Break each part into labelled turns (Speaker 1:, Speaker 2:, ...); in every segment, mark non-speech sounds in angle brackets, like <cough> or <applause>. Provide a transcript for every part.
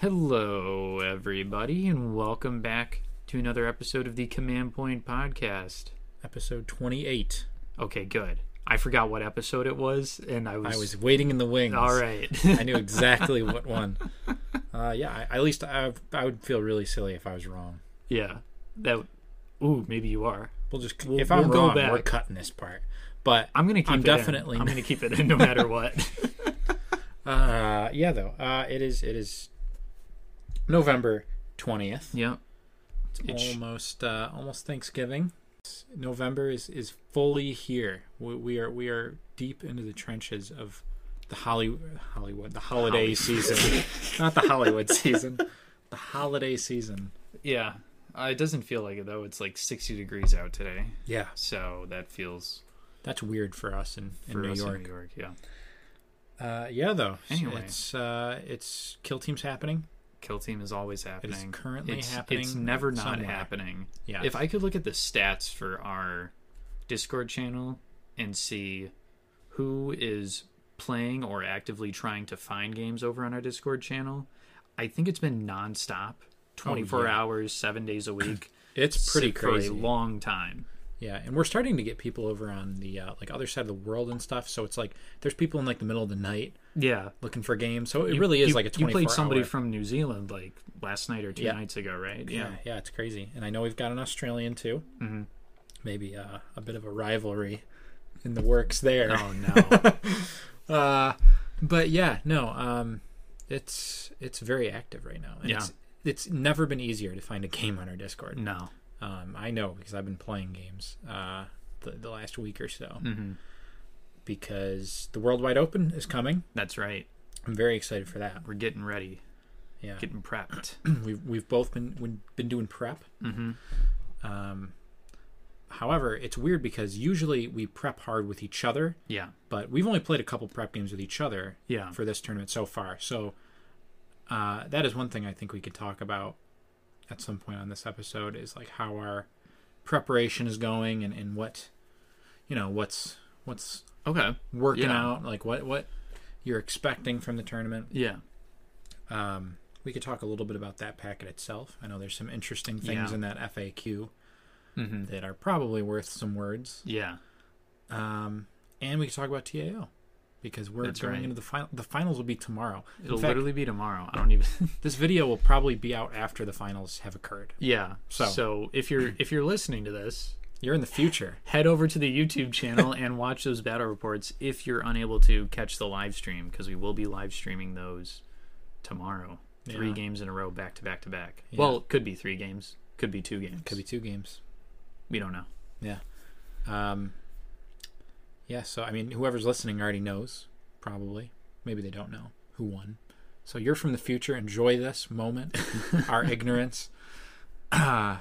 Speaker 1: Hello, everybody, and welcome back to another episode of the Command Point Podcast.
Speaker 2: episode 28.
Speaker 1: Okay, good. I forgot what episode it was, and I was,
Speaker 2: I was waiting in the wings. <laughs>
Speaker 1: all right. <laughs>
Speaker 2: I knew exactly what one. Uh, yeah, I, at least I, I would feel really silly if I was wrong.
Speaker 1: yeah, that. Ooh, maybe you are.
Speaker 2: We'll just
Speaker 1: We'll-
Speaker 2: if I'm
Speaker 1: we'll go
Speaker 2: wrong, we're
Speaker 1: back.
Speaker 2: cutting this part. But
Speaker 1: I'm gonna keep.
Speaker 2: I'm
Speaker 1: it
Speaker 2: definitely
Speaker 1: In. I'm gonna keep it
Speaker 2: <laughs>
Speaker 1: in no matter what.
Speaker 2: uh, yeah, though uh, it is it is November 20th.
Speaker 1: yeah,
Speaker 2: It's
Speaker 1: It's-
Speaker 2: almost uh, almost Thanksgiving. It's- November is is fully here. We, we are we are deep into the trenches of the Holly, Hollywood the holiday season,
Speaker 1: <laughs>
Speaker 2: not the Hollywood season, the holiday season.
Speaker 1: yeah. Uh, it doesn't feel like it though. It's like 60 degrees out today,
Speaker 2: Yeah,
Speaker 1: so that feels
Speaker 2: that's weird for us in, in
Speaker 1: for
Speaker 2: New
Speaker 1: us
Speaker 2: York.
Speaker 1: in New York. Yeah,
Speaker 2: Uh, yeah, though.
Speaker 1: Anyway.
Speaker 2: it's uh, it's kill teams happening.
Speaker 1: kill team is always happening.
Speaker 2: currently
Speaker 1: it's,
Speaker 2: happening
Speaker 1: It's never not
Speaker 2: somewhere.
Speaker 1: happening.
Speaker 2: Yeah.
Speaker 1: If I could look at the stats for our Discord channel and see who is playing or actively trying to find games over on our Discord channel, I think it's been nonstop, 24
Speaker 2: Oh, yeah.
Speaker 1: hours, 7 days a
Speaker 2: <clears throat>
Speaker 1: week.
Speaker 2: It's pretty
Speaker 1: for
Speaker 2: crazy.
Speaker 1: a long time.
Speaker 2: Yeah, and we're starting to get people over on the uh, like other side of the world and stuff. So it's like there's people in like the middle of the night
Speaker 1: Yeah.
Speaker 2: looking for games. So it really is
Speaker 1: You-
Speaker 2: like a
Speaker 1: You
Speaker 2: 24
Speaker 1: played somebody
Speaker 2: hour-
Speaker 1: from New Zealand like last night or two
Speaker 2: Yeah.
Speaker 1: nights ago, right?
Speaker 2: yeah, yeah, it's crazy. And I know we've got an Australian too. Mm-hmm. Maybe uh, a bit of a rivalry in the works there.
Speaker 1: Oh no.
Speaker 2: <laughs> Uh, but yeah, no, um, it's it's very active right now. And
Speaker 1: Yeah.
Speaker 2: It's, it's never been easier to find a game on our Discord.
Speaker 1: no.
Speaker 2: Um, I know because I've been playing games uh, the, the last week or so. Mm-hmm. Because the World Wide Open is coming.
Speaker 1: That's right.
Speaker 2: I'm very excited for that.
Speaker 1: We're getting ready,
Speaker 2: Yeah,
Speaker 1: getting
Speaker 2: <clears throat>
Speaker 1: prepped.
Speaker 2: we've we've both been we've been doing prep. Mm-hmm. Um, however, it's weird because usually we prep hard with each other,
Speaker 1: yeah.
Speaker 2: but we've only played a couple prep games with each other
Speaker 1: Yeah.
Speaker 2: for this tournament so far. So uh, that is one thing I think we could talk about at some point on this episode is like how our preparation is going and, and what you know what's what's
Speaker 1: Okay.
Speaker 2: working
Speaker 1: Yeah.
Speaker 2: out like what what you're expecting from the tournament
Speaker 1: Yeah.
Speaker 2: um, we could talk a little bit about that packet itself. I know there's some interesting things
Speaker 1: Yeah. Mm-hmm.
Speaker 2: in that FAQ that are probably worth some words.
Speaker 1: Yeah.
Speaker 2: Um, and we could talk about TAO because we're
Speaker 1: That's
Speaker 2: going
Speaker 1: right.
Speaker 2: into the final. The finals will be tomorrow. In
Speaker 1: It'll
Speaker 2: fact,
Speaker 1: literally be tomorrow. I don't even. <laughs>
Speaker 2: this video will probably be out after the finals have occurred.
Speaker 1: yeah. So.
Speaker 2: So-
Speaker 1: if you're if you're listening to this,
Speaker 2: You're in the future.
Speaker 1: head over to the YouTube <laughs> channel and watch those battle reports. If you're unable to catch the live stream, because we will be live streaming those tomorrow. Three
Speaker 2: Yeah.
Speaker 1: games in a row, back to back to back. Well, could be three games. Could be two games.
Speaker 2: Could be two games.
Speaker 1: We don't know.
Speaker 2: Yeah. Um, yeah. So I mean, whoever's listening already knows. Probably. Maybe they don't know who won. So you're from the future. Enjoy
Speaker 1: <laughs>
Speaker 2: this moment. our ignorance. <clears throat> Uh,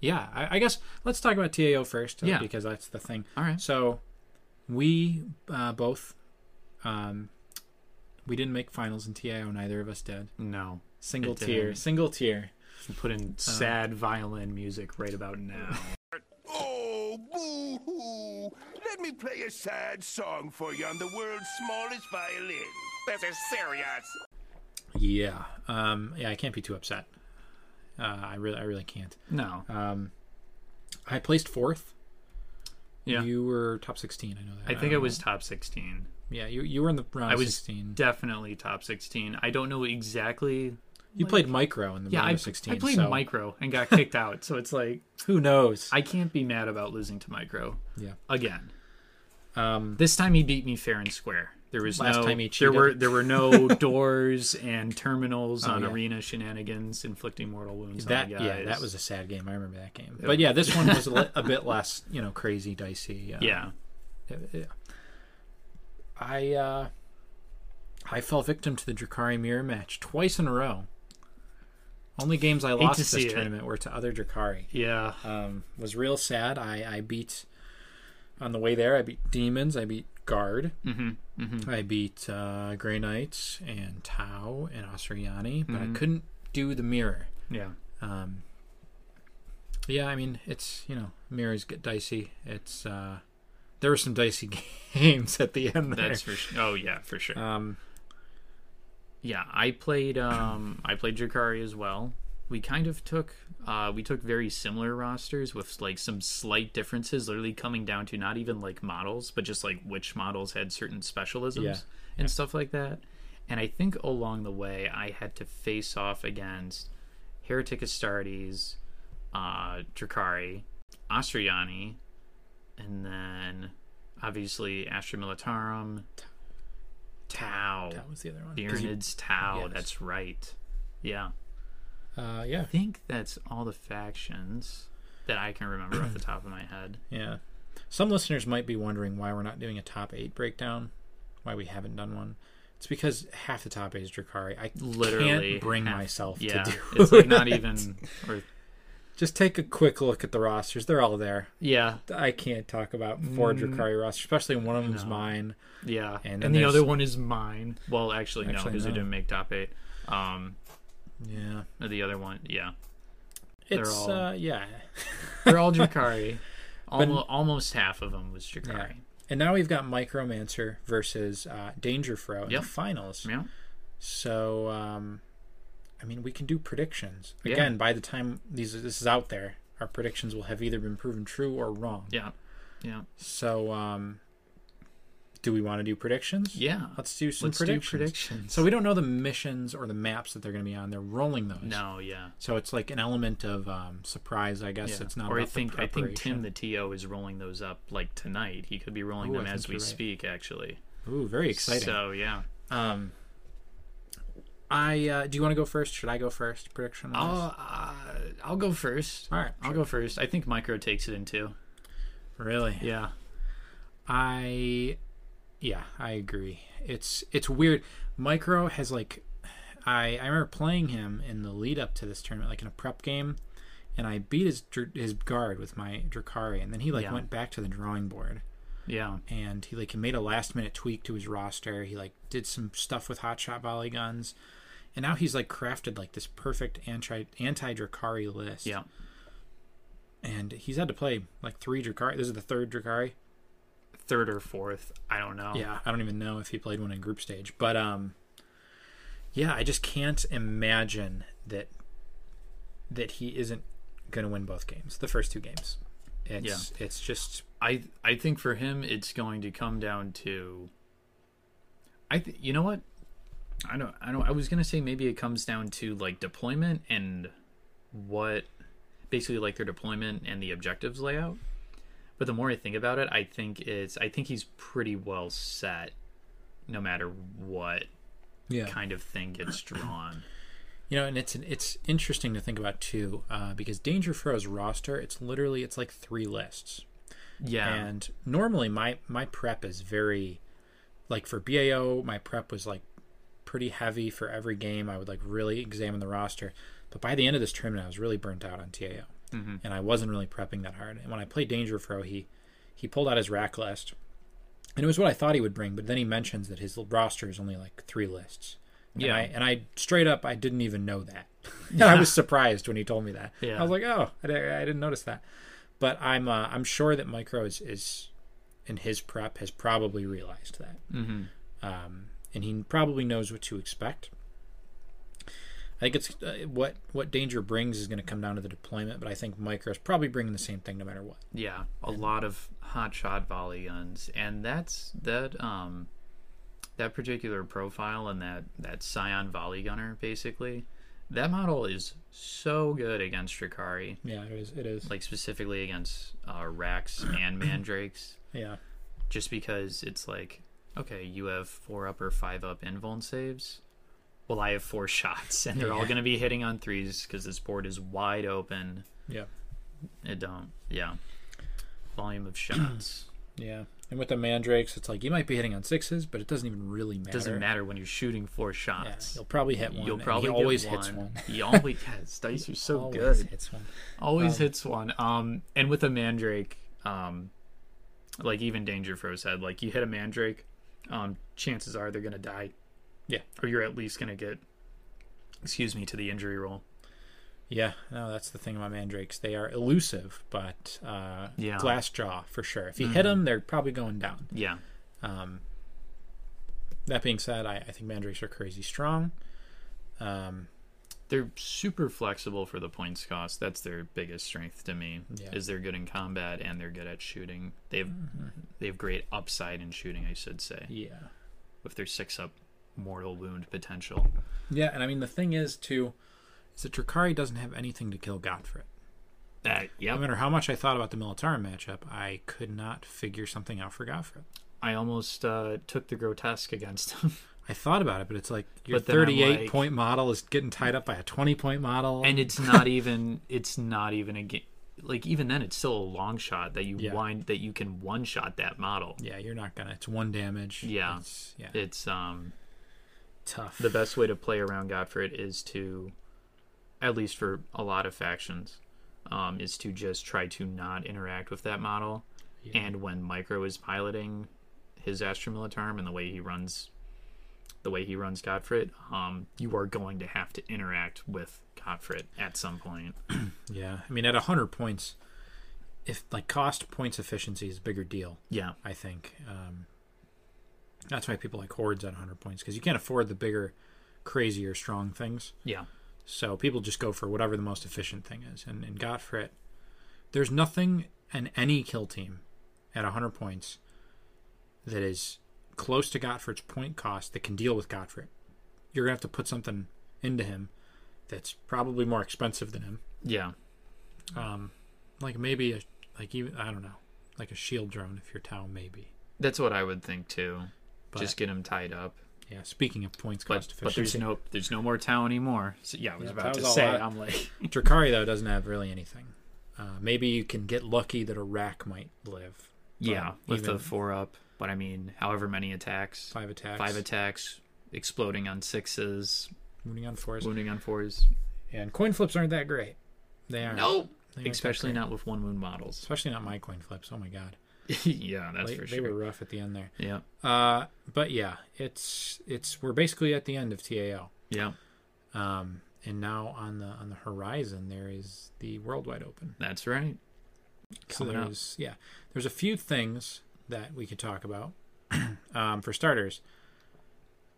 Speaker 2: yeah. I, I guess let's talk about TAO first. uh,
Speaker 1: Yeah.
Speaker 2: Because that's the thing.
Speaker 1: All right.
Speaker 2: So we uh, both. Um, we didn't make finals in TAO. Neither of us did.
Speaker 1: No.
Speaker 2: Single
Speaker 1: It didn't.
Speaker 2: tier. Single tier.
Speaker 1: We'll Put in sad violin music right about now.
Speaker 3: Oh, boo hoo! Let me play a sad song for you on the world's smallest violin. This is serious.
Speaker 2: Yeah. Um, yeah. I can't be too upset. Uh, I really, I really can't.
Speaker 1: <laughs> No.
Speaker 2: Um, I placed fourth.
Speaker 1: Yeah.
Speaker 2: You were top sixteen. I know that.
Speaker 1: I think I
Speaker 2: don't
Speaker 1: was top 16.
Speaker 2: know. Yeah, you you were in the round
Speaker 1: I was
Speaker 2: sixteen.
Speaker 1: definitely top 16. I don't know exactly
Speaker 2: you played micro in the
Speaker 1: Yeah,
Speaker 2: round
Speaker 1: I,
Speaker 2: of sixteen.
Speaker 1: I played
Speaker 2: so
Speaker 1: micro and got <laughs> kicked out, so it's like
Speaker 2: Who knows?
Speaker 1: I can't be mad about losing to micro
Speaker 2: yeah.
Speaker 1: again.
Speaker 2: Um,
Speaker 1: This time he beat me fair and square. There was
Speaker 2: Last
Speaker 1: no
Speaker 2: time he
Speaker 1: there
Speaker 2: cheated. Oh,
Speaker 1: were there were
Speaker 2: <laughs>
Speaker 1: no doors and terminals on
Speaker 2: yeah.
Speaker 1: arena shenanigans inflicting mortal wounds.
Speaker 2: that
Speaker 1: on the
Speaker 2: yeah,
Speaker 1: guys.
Speaker 2: that was a sad game. I remember that game. But yeah, this one was a, li-
Speaker 1: <laughs>
Speaker 2: a bit less, you know, crazy, dicey. Uh,
Speaker 1: yeah
Speaker 2: yeah. I uh, I fell victim to the Drakari mirror match twice in a row. Only games I lost
Speaker 1: to
Speaker 2: this
Speaker 1: see it.
Speaker 2: tournament were to other Drakari.
Speaker 1: yeah
Speaker 2: um, was real sad. I, I beat on the way there. I beat demons. I beat guard. Mm-hmm, I beat uh, Grey Knights and Tau and Osiriani, but I couldn't do the mirror.
Speaker 1: yeah
Speaker 2: Um, yeah, I mean it's you know mirrors get dicey. It's uh, there were <laughs> some dicey games at the end there.
Speaker 1: that's for sure. Oh yeah for sure.
Speaker 2: um,
Speaker 1: Yeah, I played um I played Jakari as well. We kind of took uh we took very similar rosters with like some slight differences, literally coming down to not even like models, but just like which models had certain specialisms
Speaker 2: Yeah.
Speaker 1: and stuff like that. And I think along the way I had to face off against Heretic Astartes, uh Drakari, Ostriani, and then obviously Astra Militarum, Tau.
Speaker 2: That was the other one. 'Cause you-
Speaker 1: Byrnid's Tau.
Speaker 2: Yes.
Speaker 1: That's right. Yeah.
Speaker 2: Uh, yeah,
Speaker 1: I think that's all the factions that I can remember off the top of my <clears throat> head.
Speaker 2: yeah. Some listeners might be wondering why we're not doing a top eight breakdown, why we haven't done one. It's because half the top eight is Drakari. I
Speaker 1: Literally
Speaker 2: can't bring
Speaker 1: half-
Speaker 2: myself
Speaker 1: Yeah.
Speaker 2: to do.
Speaker 1: It's like not
Speaker 2: <laughs>
Speaker 1: even or
Speaker 2: Just take a quick look at the rosters; they're all there.
Speaker 1: yeah.
Speaker 2: I can't talk about four
Speaker 1: Mm.
Speaker 2: Drakari rosters, especially one of them's mine.
Speaker 1: Yeah.
Speaker 2: And
Speaker 1: And,
Speaker 2: then
Speaker 1: the
Speaker 2: there's-
Speaker 1: other one is mine. Well, actually, no,
Speaker 2: Actually,
Speaker 1: because
Speaker 2: no.
Speaker 1: we didn't make top eight. Um
Speaker 2: Yeah,
Speaker 1: the other one, yeah. They're
Speaker 2: it's
Speaker 1: all-
Speaker 2: uh, yeah,
Speaker 1: They're all Jakari. <laughs> almost, almost half of them was Jakari.
Speaker 2: And now we've got Micromancer versus uh, Dangerfro in
Speaker 1: Yep.
Speaker 2: the finals.
Speaker 1: Yeah.
Speaker 2: So, um, I mean, we can do predictions.
Speaker 1: Yeah.
Speaker 2: Again, by the time these this is out there, our predictions will have either been proven true or wrong.
Speaker 1: Yeah. Yeah.
Speaker 2: So, um, do we want to do predictions?
Speaker 1: Yeah.
Speaker 2: Let's do some
Speaker 1: Let's do
Speaker 2: predictions.
Speaker 1: predictions.
Speaker 2: So we don't know the missions or the maps that they're going to be on. They're rolling those.
Speaker 1: No, yeah.
Speaker 2: So it's like an element of um, surprise, I guess.
Speaker 1: Yeah.
Speaker 2: It's not.
Speaker 1: Or I
Speaker 2: about the
Speaker 1: think I think Tim
Speaker 2: preparation.
Speaker 1: the TO is rolling those up like tonight. He could be rolling
Speaker 2: Ooh,
Speaker 1: them
Speaker 2: I
Speaker 1: as
Speaker 2: think
Speaker 1: we
Speaker 2: you're right.
Speaker 1: speak, actually.
Speaker 2: Ooh, very exciting.
Speaker 1: So yeah.
Speaker 2: Um, I uh, do you want to go first? Should I go first? Prediction.
Speaker 1: I'll uh, I'll go first.
Speaker 2: All right,
Speaker 1: I'll go first. I think Micro takes it in two.
Speaker 2: really?
Speaker 1: Yeah.
Speaker 2: I, yeah, I agree. It's it's weird. Micro has like, I I remember playing him in the lead up to this tournament, like in a prep game, and I beat his dr- his guard with my Drakari, and then he like
Speaker 1: Yeah.
Speaker 2: went back to the drawing board.
Speaker 1: Yeah.
Speaker 2: and he like made a last minute tweak to his roster. He like did some stuff with hot shot volley guns, and now he's like crafted like this perfect anti anti Drakari list.
Speaker 1: Yeah.
Speaker 2: and he's had to play like three Drakari. This is the third Drakari.
Speaker 1: Third or fourth. I don't know.
Speaker 2: Yeah, I don't even know if he played one in group stage, but um, yeah, I just can't imagine that that he isn't gonna win both games, the first two games. It's it's just
Speaker 1: I I think for him it's going to come down to I th- you know what? I don't I don't I was going to say maybe it comes down to like deployment and what basically like their deployment and the objectives layout. But the more I think about it, I think it's I think he's pretty well set no matter what
Speaker 2: yeah.
Speaker 1: kind of thing gets drawn.
Speaker 2: You know, and it's an, it's interesting to think about too, uh, because Danger Fro's roster, it's literally it's like three lists.
Speaker 1: Yeah.
Speaker 2: And normally my my prep is very, like for BAO, my prep was like pretty heavy for every game. I would like really examine the roster, but by the end of this tournament, I was really burnt out on TAO,
Speaker 1: Mm-hmm.
Speaker 2: and I wasn't really prepping that hard. And when I played Danger Fro, he he pulled out his rack list, and it was what I thought he would bring. But then he mentions that his roster is only like three lists.
Speaker 1: Yeah.
Speaker 2: And I, and I straight up, I didn't even
Speaker 1: <laughs>
Speaker 2: know that. <laughs> And I was surprised when he told me that.
Speaker 1: Yeah.
Speaker 2: I was like, oh, I, di- I didn't notice that. But I'm uh, I'm sure that Micro is, is in his prep has probably realized that, mm-hmm. um, and he probably knows what to expect. I think it's uh, what what danger brings is going to come down to the deployment, but I think Micro is probably bringing the same thing no matter what.
Speaker 1: Yeah, a lot of hot shot volley guns, and that's that um that particular profile and that that Scion volley gunner basically. That model is so good against Drakari,
Speaker 2: Yeah, it is. It is.
Speaker 1: like specifically against uh, Rax and Mandrakes,
Speaker 2: yeah.
Speaker 1: just because it's like, okay, you have four up or five up invuln saves. Well, I have four <laughs> shots, and they're all
Speaker 2: Yeah.
Speaker 1: going to be hitting on threes because this board is wide open.
Speaker 2: Yeah.
Speaker 1: It don't, yeah. Volume of
Speaker 2: <clears throat>
Speaker 1: shots.
Speaker 2: Yeah. And with the mandrakes, it's like you might be hitting on sixes, but it doesn't even really matter.
Speaker 1: doesn't matter when you're shooting four
Speaker 2: Yeah,
Speaker 1: shots.
Speaker 2: you'll probably hit one.
Speaker 1: You'll
Speaker 2: and
Speaker 1: probably
Speaker 2: he
Speaker 1: get
Speaker 2: always hits one. <laughs>
Speaker 1: He always yes, dice are so
Speaker 2: always
Speaker 1: good.
Speaker 2: hits one.
Speaker 1: Always hits one. Um, and with a mandrake, um, like even Danger Fro said, like you hit a mandrake, um, chances are they're gonna die.
Speaker 2: Yeah.
Speaker 1: or you're at least gonna get, excuse me, to the injury roll.
Speaker 2: Yeah, no, that's the thing about mandrakes. They are elusive, but uh,
Speaker 1: Yeah. Mm-hmm.
Speaker 2: glass jaw for sure. If you hit 'em, hit them, they're probably going down.
Speaker 1: Yeah,
Speaker 2: That being said, I, I think mandrakes are crazy strong. Um,
Speaker 1: They're super flexible for the points cost. That's their biggest strength to me.
Speaker 2: Yeah.
Speaker 1: Is they're good in combat and they're good at shooting. They have they have great upside in shooting, I should say,
Speaker 2: Mm-hmm. yeah.
Speaker 1: with their six up mortal wound potential. Uh,
Speaker 2: Yeah, and I mean the thing is too, is that Drakari doesn't have anything to kill Godfrey.
Speaker 1: That yep.
Speaker 2: No matter how much I thought about the Militarum matchup, I could not figure something out for Godfrey.
Speaker 1: I almost uh, took the grotesque against him.
Speaker 2: I thought about it, but it's like your
Speaker 1: But then I'm
Speaker 2: 38
Speaker 1: like-
Speaker 2: point model is getting tied up by a 20 point
Speaker 1: <laughs>
Speaker 2: model.
Speaker 1: and it's
Speaker 2: <laughs>
Speaker 1: not even it's not even a game like even then it's still a long shot that you
Speaker 2: Yeah.
Speaker 1: wind that you can one shot that model
Speaker 2: yeah, you're not gonna. It's one damage.
Speaker 1: Yeah.
Speaker 2: it's, yeah,
Speaker 1: it's um
Speaker 2: tough.
Speaker 1: the best way to play around Godfred is to at least for a lot of factions um is to just try to not interact with that model and when micro is piloting his Astra Militarum and the way he runs the way he runs Godfred, um, you are going to have to interact with Godfred at some
Speaker 2: <clears throat>
Speaker 1: point.
Speaker 2: yeah, I mean at 100 points, if like cost points efficiency is a bigger deal,
Speaker 1: Yeah.
Speaker 2: I think. Um, that's why people like hordes at 100 points because you can't afford the bigger, crazier, strong things.
Speaker 1: Yeah.
Speaker 2: So people just go for whatever the most efficient thing is. And in Godfret, there's nothing in any kill team at 100 points that is close to Godfret's point cost that can deal with Godfret. You're going to have to put something into him that's probably more expensive than him.
Speaker 1: Yeah.
Speaker 2: Like maybe, a, like even, I don't know, like a shield drone if you're Tau, maybe.
Speaker 1: That's what I would think too.
Speaker 2: But-
Speaker 1: Just get him tied up.
Speaker 2: Yeah, speaking of points
Speaker 1: But
Speaker 2: cost
Speaker 1: but there's
Speaker 2: efficiency.
Speaker 1: no there's no more Tau anymore. So, yeah, I was
Speaker 2: Yeah,
Speaker 1: about
Speaker 2: Tau's
Speaker 1: to
Speaker 2: all
Speaker 1: say.
Speaker 2: out.
Speaker 1: I'm like,
Speaker 2: Drakari, though, doesn't have really anything. Uh, maybe you can get lucky that a rack might live.
Speaker 1: yeah, with
Speaker 2: even-
Speaker 1: the four up. But I mean, however many attacks,
Speaker 2: Five attacks.
Speaker 1: five attacks, exploding on sixes,
Speaker 2: Moving on fours.
Speaker 1: wounding on fours.
Speaker 2: And coin flips aren't that great. They are. They aren't
Speaker 1: especially
Speaker 2: that great.
Speaker 1: not with one wound
Speaker 2: <laughs>
Speaker 1: models. <laughs>
Speaker 2: Especially not my coin flips. Oh my god,
Speaker 1: yeah, that's
Speaker 2: they,
Speaker 1: for
Speaker 2: they
Speaker 1: sure.
Speaker 2: were rough at the end there.
Speaker 1: Yeah,
Speaker 2: Uh, but yeah, it's it's we're basically at the end of TAO,
Speaker 1: yeah,
Speaker 2: um, and now on the on the horizon there is the Worldwide Open.
Speaker 1: that's right.
Speaker 2: So
Speaker 1: Coming up.
Speaker 2: there's yeah, there's a few things that we could talk about. <clears throat> um, for starters,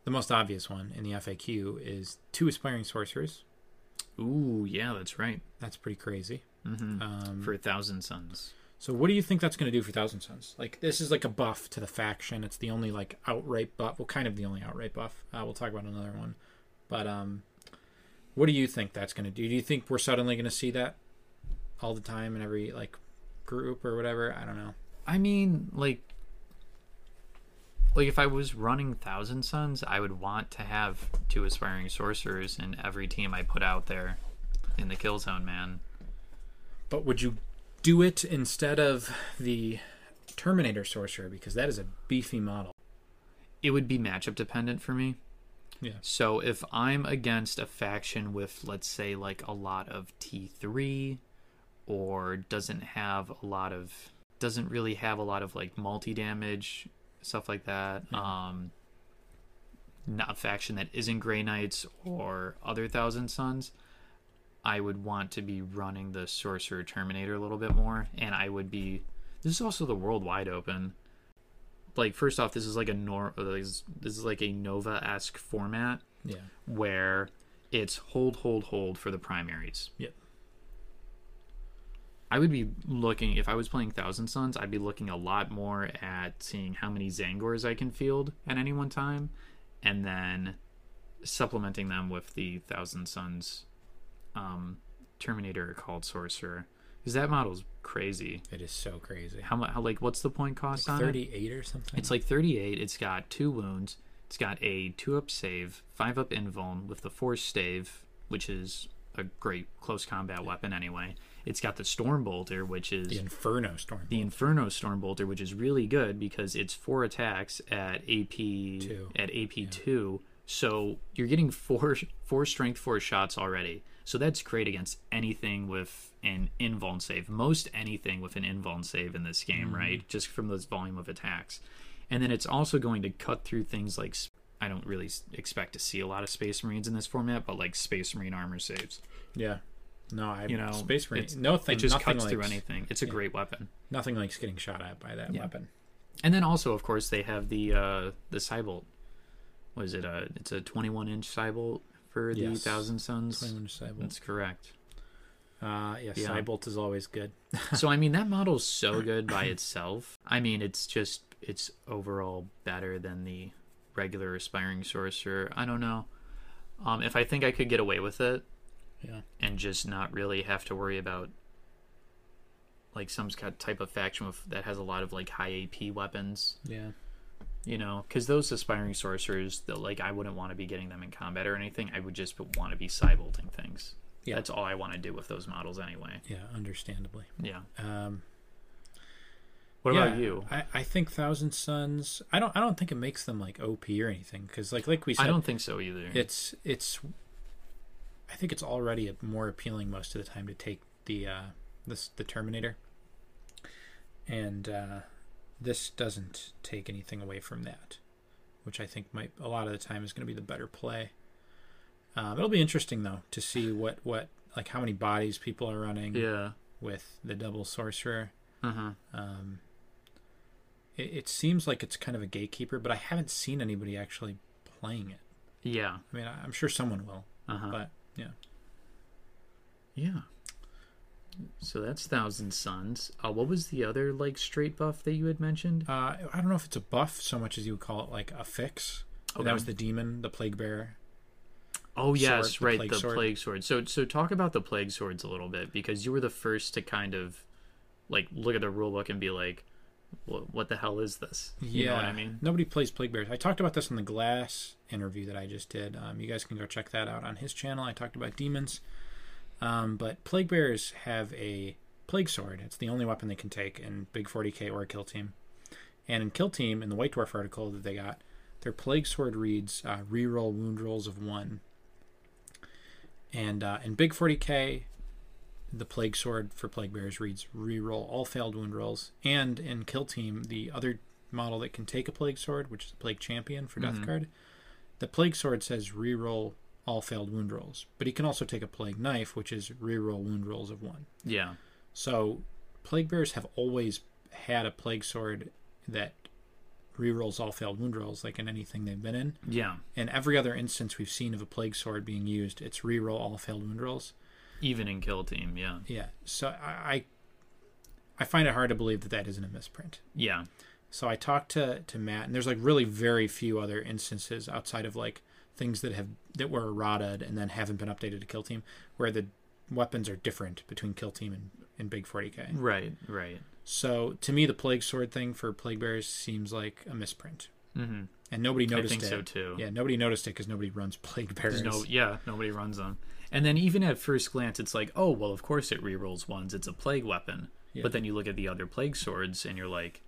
Speaker 2: the most obvious one in the FAQ is two aspiring sorcerers.
Speaker 1: Ooh, yeah, that's right.
Speaker 2: That's pretty crazy. Mm.
Speaker 1: for a thousand suns.
Speaker 2: So what do you think that's going to do for Thousand Suns? Like this is like a buff to the faction. It's the only like outright buff. Well, kind of the only outright buff. Uh, we'll talk about another one, but um, what do you think that's going to do? Do you think we're suddenly going to see that all the time in every like group or whatever? I don't know.
Speaker 1: I mean, like, like if I was running Thousand Suns, I would want to have two aspiring sorcerers in every team I put out there in the kill zone, man.
Speaker 2: But would you do it instead of the Terminator Sorcerer because that is a beefy model?
Speaker 1: It would be matchup dependent for me.
Speaker 2: Yeah.
Speaker 1: So if I'm against a faction with, let's say, like a lot of T3 or doesn't have a lot of, doesn't really have a lot of like multi damage, stuff like that, um, not a faction that isn't Grey Knights or other Thousand Sons, I would want to be running the Sorcerer Terminator a little bit more. And I would be, this is also the Worldwide Open like first off this is like a nor uh, this this is like a nova-esque format
Speaker 2: Yeah.
Speaker 1: where it's hold hold hold for the primaries
Speaker 2: Yep.
Speaker 1: i would be looking if i was playing thousand suns i'd be looking a lot more at seeing how many zangors i can field at any one time and then supplementing them with the thousand suns um terminator called sorcerer because that model's crazy
Speaker 2: It is so crazy.
Speaker 1: how much how like what's the point cost on it
Speaker 2: Thirty-eight or something.
Speaker 1: It's like 38. It's got two wounds. It's got a two up save, five up invuln with the four stave, which is a great close combat weapon anyway. It's got the storm bolter, which is
Speaker 2: the Inferno Storm.
Speaker 1: the Inferno storm bolter, which is really good because it's four attacks at AP
Speaker 2: Two.
Speaker 1: at AP two. So you're getting four four strength four shots already. So that's great against anything with an invuln save. Most anything with an invuln save in this game,
Speaker 2: Mm-hmm.
Speaker 1: right? Just from those volume of attacks. And then it's also going to cut through things like s- I don't really s- expect to see a lot of Space Marines in this format, but like Space Marine armor saves.
Speaker 2: yeah. No, I
Speaker 1: You know,
Speaker 2: Space Marine.
Speaker 1: it's-
Speaker 2: No thing.
Speaker 1: It just
Speaker 2: nothing
Speaker 1: cuts through
Speaker 2: likes-
Speaker 1: anything. It's a great weapon.
Speaker 2: Nothing likes getting shot at by that weapon.
Speaker 1: And then also, of course, they have the uh, the Cybolt, what is it? A, it's a 21 inch Cybolt for the
Speaker 2: Yes.
Speaker 1: Thousand Suns.
Speaker 2: Flamer Cybolt.
Speaker 1: That's correct.
Speaker 2: Uh, yeah,
Speaker 1: Yeah.
Speaker 2: Cybolt is
Speaker 1: <laughs>
Speaker 2: always good.
Speaker 1: so I mean that model's so good by itself. I mean it's just it's overall better than the regular aspiring sorcerer. I don't know. Um, if I think I could get away with it
Speaker 2: Yeah.
Speaker 1: and just not really have to worry about like some kind of type of faction with, that has a lot of like high AP weapons,
Speaker 2: Yeah.
Speaker 1: you know, because those aspiring sorcerers, that like I wouldn't want to be getting them in combat or anything. I would just want to be cybolting things.
Speaker 2: Yeah.
Speaker 1: That's all I want to do with those models anyway.
Speaker 2: Yeah, understandably.
Speaker 1: Yeah.
Speaker 2: Um,
Speaker 1: What
Speaker 2: yeah,
Speaker 1: about you?
Speaker 2: I, I think Thousand Suns. I don't. I don't think it makes them like OP or anything. Because like like we said,
Speaker 1: I don't think so either.
Speaker 2: it's it's i think it's already more appealing most of the time to take the uh this the terminator and uh this doesn't take anything away from that which i think might a lot of the time is going to be the better play um, it'll be interesting though to see what what like how many bodies people are running
Speaker 1: yeah.
Speaker 2: with the double sorcerer Um,
Speaker 1: Uh-huh.
Speaker 2: it, it seems like it's kind of a gatekeeper but i haven't seen anybody actually playing it
Speaker 1: Yeah.
Speaker 2: i mean I, i'm sure someone will
Speaker 1: Uh-huh.
Speaker 2: but yeah
Speaker 1: Yeah. So that's Thousand Suns. Uh, what was the other like straight buff that you had mentioned?
Speaker 2: Uh, I don't know if it's a buff so much as you would call it like a fix.
Speaker 1: Okay.
Speaker 2: That was the demon, the plague bearer.
Speaker 1: oh yes,
Speaker 2: sword, the
Speaker 1: right,
Speaker 2: plague
Speaker 1: the
Speaker 2: sword.
Speaker 1: plague sword. So so talk about the plague swords a little bit because you were the first to kind of like look at the rule book and be like, what, what the hell is this? You know what I mean?
Speaker 2: Nobody plays plague bears. I talked about this in the glass interview that I just did. Um, you guys can go check that out on his channel. I talked about demons. Um, but plague bearers have a plague sword. It's the only weapon they can take in Big 40k or Kill Team. And in Kill Team, in the White Dwarf article that they got, their plague sword reads uh, reroll wound rolls of one. And uh, in Big 40k, the plague sword for plague bearers reads reroll all failed wound rolls and in kill team the other model that can take a plague sword which is the plague champion for death card the plague sword says reroll all failed wound rolls but he can also take a plague knife which is reroll wound rolls of one
Speaker 1: Yeah.
Speaker 2: so plague bearers have always had a plague sword that rerolls all failed wound rolls like in anything they've been in
Speaker 1: Yeah.
Speaker 2: and every other instance we've seen of a plague sword being used it's reroll all failed wound rolls
Speaker 1: Even in kill team, yeah.
Speaker 2: yeah. So I, I I find it hard to believe that that isn't a misprint.
Speaker 1: Yeah.
Speaker 2: So I talked to to Matt, and there's like really very few other instances outside of like things that have that were errataed and then haven't been updated to kill team, where the weapons are different between kill team and, and big 40k.
Speaker 1: Right, right.
Speaker 2: So to me, the plague sword thing for plague bears seems like a misprint, mm-hmm. and nobody noticed
Speaker 1: think
Speaker 2: it.
Speaker 1: so, too.
Speaker 2: Yeah, nobody noticed it because nobody runs plague bears.
Speaker 1: No, yeah, nobody runs them. And then even at first glance, it's like, oh, well, of course it rerolls ones. It's a plague weapon.
Speaker 2: Yeah.
Speaker 1: But then you look at the other plague swords, and you're like,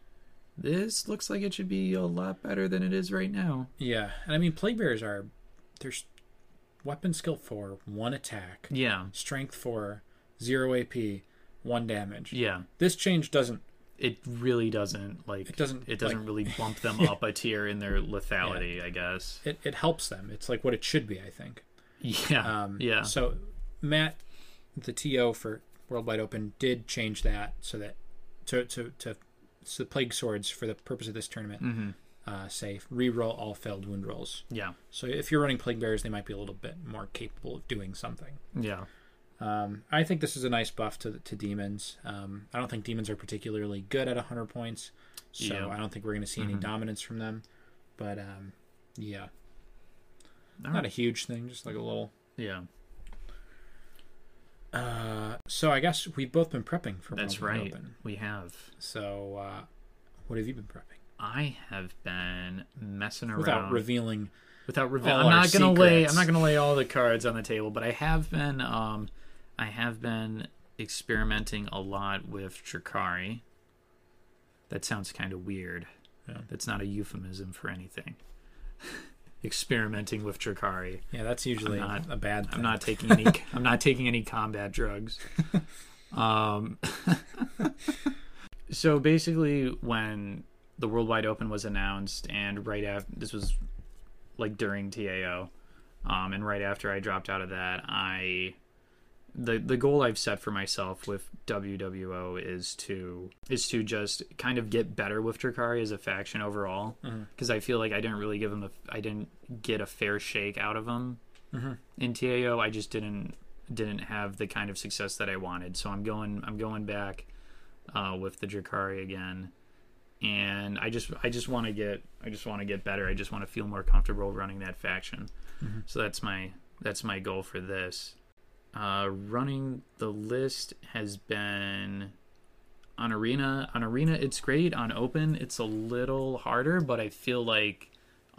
Speaker 1: this looks like it should be a lot better than it is right now.
Speaker 2: Yeah, and I mean plague bears are there's weapon skill four, one attack,
Speaker 1: Yeah,
Speaker 2: strength four, zero AP, one damage.
Speaker 1: yeah.
Speaker 2: This change doesn't.
Speaker 1: It really doesn't like. It
Speaker 2: doesn't,
Speaker 1: It doesn't
Speaker 2: like-
Speaker 1: really
Speaker 2: <laughs>
Speaker 1: bump them up a tier in their lethality. I guess.
Speaker 2: It, it helps them. It's like what it should be, I think.
Speaker 1: Yeah.
Speaker 2: Um,
Speaker 1: yeah.
Speaker 2: So Matt, the TO for World Wide Open, did change that so that to to to so the plague swords for the purpose of this tournament.
Speaker 1: Mm-hmm.
Speaker 2: Uh, say reroll all failed wound rolls.
Speaker 1: yeah.
Speaker 2: So if you're running plague bears, they might be a little bit more capable of doing something.
Speaker 1: Yeah.
Speaker 2: I think this is a nice buff to to demons. Um, I don't think demons are particularly good at 100 points, so
Speaker 1: Yeah. Mm-hmm.
Speaker 2: I don't think we're going to see any dominance from them. But um, yeah,
Speaker 1: All
Speaker 2: not
Speaker 1: right.
Speaker 2: a huge thing, just like a little.
Speaker 1: Yeah.
Speaker 2: So I guess we've both been prepping for
Speaker 1: That's
Speaker 2: World Wide
Speaker 1: right.
Speaker 2: Open.
Speaker 1: We have.
Speaker 2: So uh, what have you been prepping
Speaker 1: I have been messing around
Speaker 2: without revealing?
Speaker 1: without revealing.
Speaker 2: all
Speaker 1: I'm
Speaker 2: our
Speaker 1: not gonna lay. I'm
Speaker 2: secrets.
Speaker 1: not gonna lay all the cards on the table, but I have been. Um, I have been experimenting a lot with Drakari. That sounds kind of weird. That's not a euphemism for anything. <laughs> experimenting with Drakari.
Speaker 2: Yeah, that's usually
Speaker 1: not-
Speaker 2: a bad. Thing.
Speaker 1: I'm not taking any. I'm not taking any combat drugs. Um, <laughs> so basically, when the Worldwide Open was announced, and right after this was like during TAO, um, and right after I dropped out of that, I the the goal I've set for myself with WWO is to is to just kind of get better with Drakari as a faction overall because I feel like I didn't really give him a I didn't get a fair shake out of him in TAO. I just didn't didn't have the kind of success that I wanted. So I'm going I'm going back uh, with the Drakari again, and I just I just want to get I just want to get better. I just want to feel more comfortable running that faction. So that's my that's my goal for this. Uh, running the list has been on arena on arena it's great on open it's a little harder but i feel like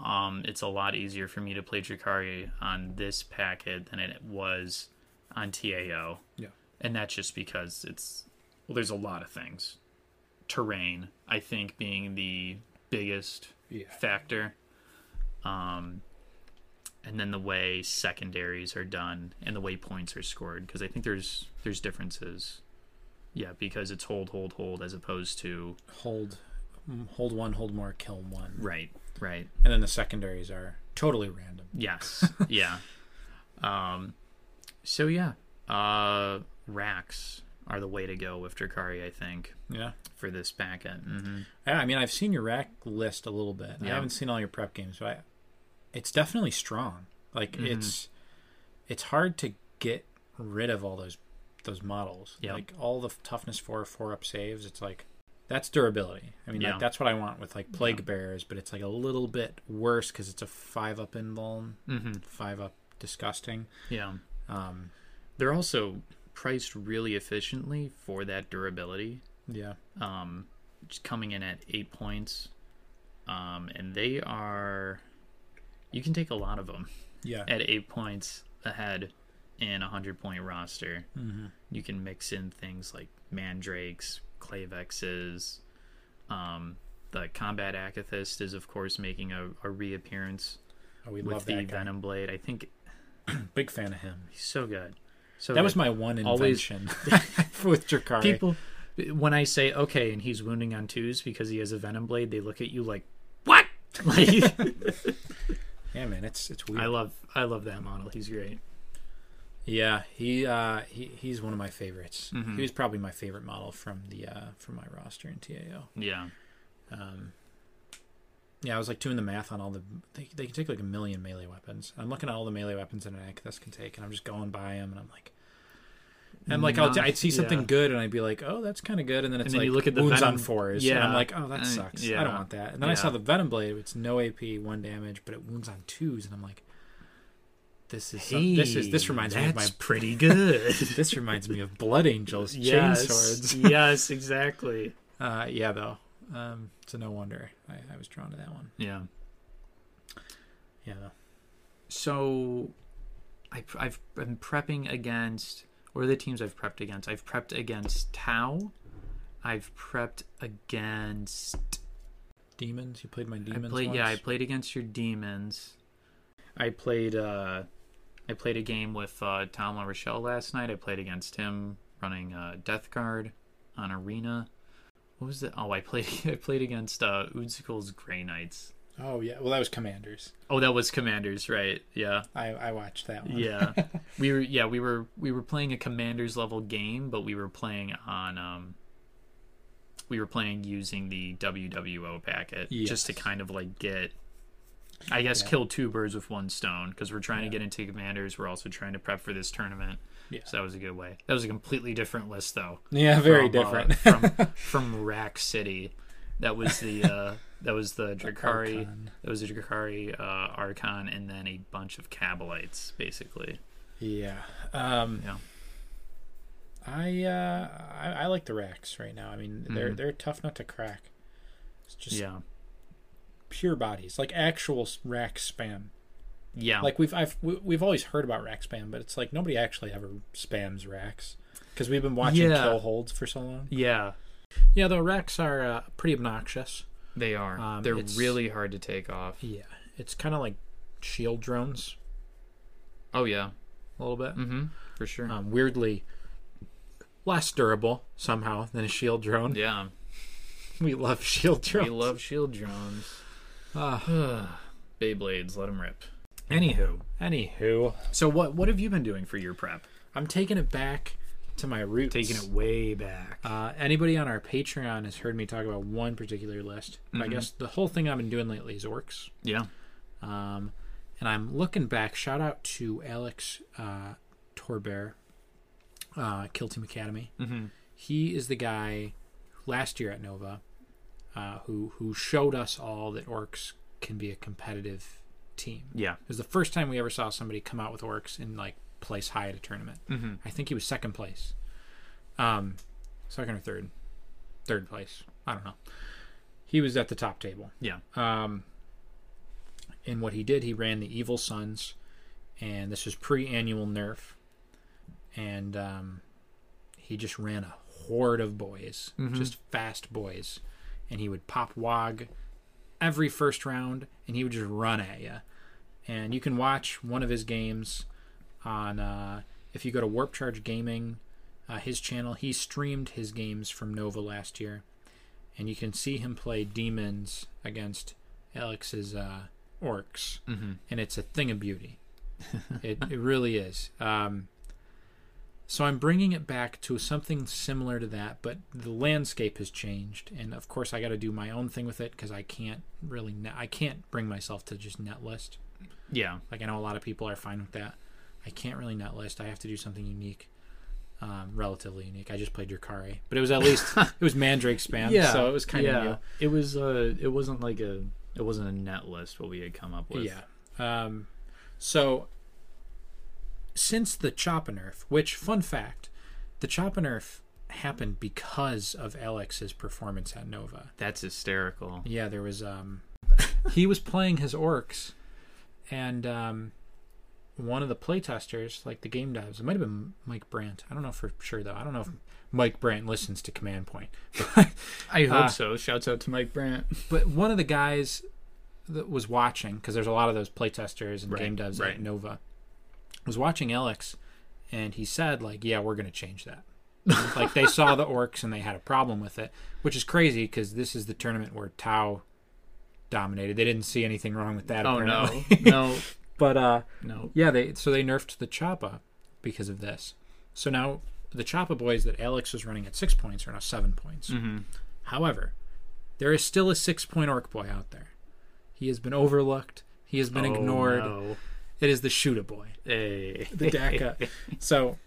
Speaker 1: um, it's a lot easier for me to play Drakari on this packet than it was on tao
Speaker 2: Yeah.
Speaker 1: and that's just because it's well there's a lot of things terrain i think being the biggest
Speaker 2: Yeah.
Speaker 1: factor um and then the way secondaries are done and the way points are scored because i think there's there's differences yeah because it's hold hold hold as opposed to
Speaker 2: Hold, mm, hold one, hold more, kill one,
Speaker 1: right right
Speaker 2: and then the secondaries are totally random.
Speaker 1: Yes. yeah. Um, so yeah, uh, racks are the way to go with Drakari, I think,
Speaker 2: Yeah.
Speaker 1: for this packet. hmm
Speaker 2: Yeah, I mean, I've seen your rack list a little bit. I
Speaker 1: Yeah.
Speaker 2: haven't seen all your prep games, but I, it's definitely strong. Like
Speaker 1: Mm-hmm.
Speaker 2: it's it's hard to get rid of all those those models.
Speaker 1: Yep.
Speaker 2: Like all the toughness four four up saves. It's like that's durability. I mean,
Speaker 1: Yeah.
Speaker 2: like that's what I want with like plague bearers, but it's like a little bit worse because it's a five up invuln,
Speaker 1: Mm-hmm.
Speaker 2: five up disgusting.
Speaker 1: Yeah.
Speaker 2: Um,
Speaker 1: They're also priced really efficiently for that durability.
Speaker 2: yeah,
Speaker 1: um, just coming in at eight points. Um, and they are, you can take a lot of them
Speaker 2: yeah,
Speaker 1: at eight points ahead in a hundred point roster. Mm-hmm. You can mix in things like mandrakes, clavexes. Um, the combat akathist is of course making a, a reappearance
Speaker 2: Oh, we
Speaker 1: with
Speaker 2: love
Speaker 1: the
Speaker 2: that. guy.
Speaker 1: venom blade. I think
Speaker 2: Big fan of him.
Speaker 1: he's so good. So
Speaker 2: That was
Speaker 1: good.
Speaker 2: my one
Speaker 1: Always-
Speaker 2: invention <laughs> with Drakari.
Speaker 1: people when I say okay and he's wounding on twos because he has a venom blade, they look at you like what? <laughs> Like
Speaker 2: yeah, man, it's it's weird.
Speaker 1: I love I love that model. He's great.
Speaker 2: Yeah, he uh, he he's one of my favorites.
Speaker 1: Mm-hmm.
Speaker 2: He was probably my favorite model from the uh, from my roster in TAO.
Speaker 1: Yeah.
Speaker 2: Yeah, I was like doing the math on all the they, they can take like a million melee weapons. I'm looking at all the melee weapons that an Akathist can take, and I'm just going by them, and I'm like, and like I'll,
Speaker 1: Not-
Speaker 2: I'd see something
Speaker 1: yeah.
Speaker 2: good, and I'd be like, oh, that's kind of good, and then it's
Speaker 1: then
Speaker 2: like
Speaker 1: you look at the
Speaker 2: wounds on
Speaker 1: Venom-
Speaker 2: fours, and
Speaker 1: yeah.
Speaker 2: I'm like, oh, that
Speaker 1: Uh,
Speaker 2: sucks. I don't
Speaker 1: yeah.
Speaker 2: want that. And then I saw
Speaker 1: Yeah.
Speaker 2: the Venom Blade, it's no AP, one damage, but it wounds on twos, and I'm like, this is some- this is this reminds me of my
Speaker 1: that's pretty good.
Speaker 2: <laughs> this reminds me of Blood <laughs> Angels chain swords. <laughs>
Speaker 1: yes, exactly.
Speaker 2: Uh, yeah, though. Um, so no wonder I, I was drawn to that one.
Speaker 1: Yeah.
Speaker 2: Yeah, though.
Speaker 1: So I I've been prepping against what are the teams I've prepped against? I've prepped against Tau. I've prepped against
Speaker 2: demons. You played my demons.
Speaker 1: I played,
Speaker 2: once?
Speaker 1: yeah, I played against your demons. I played, uh, I played a game with uh, Tom La Rochelle last night. I played against him running uh, Death Guard on Arena. What was that? Oh, I played, <laughs> I played against uh, Udsikal's Grey Knights.
Speaker 2: Oh yeah. Well, that was commanders.
Speaker 1: Oh, that was Commanders, right? Yeah,
Speaker 2: I I watched that one.
Speaker 1: yeah. we were, yeah, we were, we were playing a Commanders level game, but we were playing on, um, we were playing using the WWO packet just to
Speaker 2: Yes.
Speaker 1: kind of like get I guess
Speaker 2: Yeah.
Speaker 1: kill two birds with one stone because we're trying to get into commanders. We're also trying to prep for this tournament.
Speaker 2: Yeah.
Speaker 1: So that was a good way. That was a completely different list though.
Speaker 2: <laughs> Yeah, very
Speaker 1: from, uh,
Speaker 2: different.
Speaker 1: <laughs>
Speaker 2: <laughs>
Speaker 1: from from Rack City. That was the uh, that was the Drakari.
Speaker 2: Archon.
Speaker 1: That was the Drakari uh, Archon, and then a bunch of Cabalites, basically.
Speaker 2: yeah. Um.
Speaker 1: Yeah.
Speaker 2: I uh I, I like the racks right now. I mean, they're they're tough nut to crack. It's just
Speaker 1: Yeah.
Speaker 2: pure bodies, like actual s- rack spam.
Speaker 1: Yeah.
Speaker 2: Like we've I've we, we've always heard about rack spam, but it's like nobody actually ever spams racks because we've been watching
Speaker 1: Yeah.
Speaker 2: kill holds for so long.
Speaker 1: yeah.
Speaker 2: Yeah, though racks are uh, pretty obnoxious.
Speaker 1: They are.
Speaker 2: Um,
Speaker 1: They're
Speaker 2: it's-
Speaker 1: really hard to take off.
Speaker 2: Yeah, it's kind of like shield drones
Speaker 1: Oh yeah,
Speaker 2: a little bit.
Speaker 1: for sure.
Speaker 2: Um, weirdly, less durable somehow than a shield drone.
Speaker 1: yeah.
Speaker 2: <laughs> We love shield drones.
Speaker 1: We love shield drones. Ah. <sighs> Beyblades, let them rip. Anywho,
Speaker 2: Anywho,
Speaker 1: so what what have you been doing for your prep?
Speaker 2: I'm taking it back to my roots.
Speaker 1: Taking it way back.
Speaker 2: Uh, anybody on our Patreon has heard me talk about one particular list. but I guess the whole thing I've been doing lately is orcs.
Speaker 1: yeah.
Speaker 2: Um, and I'm looking back. Shout out to Alex uh, Torbert, uh, Kill Team Academy. Mm-hmm. He is the guy last year at Nova uh, who who showed us all that orcs can be a competitive team.
Speaker 1: Yeah.
Speaker 2: It was the first time we ever saw somebody come out with orcs and like place high at a tournament. Mm-hmm. I think he was second place, um, second or third, third place. I don't know. He was at the top table
Speaker 1: Yeah.
Speaker 2: and what he did, he ran the Evil Sons, and this was pre-annual nerf, and um, he just ran a horde of boys, just fast boys, and he would pop wog every first round, and he would just run at you. And you can watch one of his games on uh, if you go to Warp Charge Gaming, uh, his channel. He streamed his games from Nova last year, and you can see him play demons against Alex's uh, orcs, and it's a thing of beauty. it, it really is. Um, so I'm bringing it back to something similar to that, but the landscape has changed, and of course I got to do my own thing with it because I can't really net, I can't bring myself to just net list.
Speaker 1: yeah.
Speaker 2: Like I know a lot of people are fine with that. I can't really net list. I have to do something unique, um, relatively unique. I just played Dracari, but it was at least it was Mandrake spam, so it was kind of new.
Speaker 1: It was uh it wasn't like a it wasn't a net list what we had come up with.
Speaker 2: Yeah. Um, so since the Chop and Nerf, which fun fact, the Chop and Nerf happened because of Alex's performance at Nova.
Speaker 1: That's hysterical.
Speaker 2: Yeah, there
Speaker 1: <laughs>
Speaker 2: was um he was playing his orcs and um one of the playtesters, like the game devs, it might have been Mike Brandt. I don't know for sure though. I don't know if Mike Brandt listens to Command Point. <laughs>
Speaker 1: I hope
Speaker 2: Uh,
Speaker 1: so. Shouts out to Mike Brandt.
Speaker 2: but one of the guys that was watching because there's a lot of those playtesters and
Speaker 1: Right,
Speaker 2: game devs
Speaker 1: right.
Speaker 2: at Nova was watching Alex, and he said like, "Yeah, we're gonna change that."
Speaker 1: <laughs>
Speaker 2: like they saw the orcs and they had a problem with it, which is crazy because this is the tournament where Tau dominated. They didn't see anything wrong with that.
Speaker 1: Oh no. <laughs>
Speaker 2: apparently. <laughs>
Speaker 1: No.
Speaker 2: but uh,
Speaker 1: No.
Speaker 2: yeah, they so they nerfed the Choppa because of this. So now the Choppa boys that Alex was running at six points are now seven points. However, there is still a six point orc boy out there. He has been overlooked. He has been ignored.
Speaker 1: Oh, no.
Speaker 2: It is the Shooter boy,
Speaker 1: Hey.
Speaker 2: the Daka. so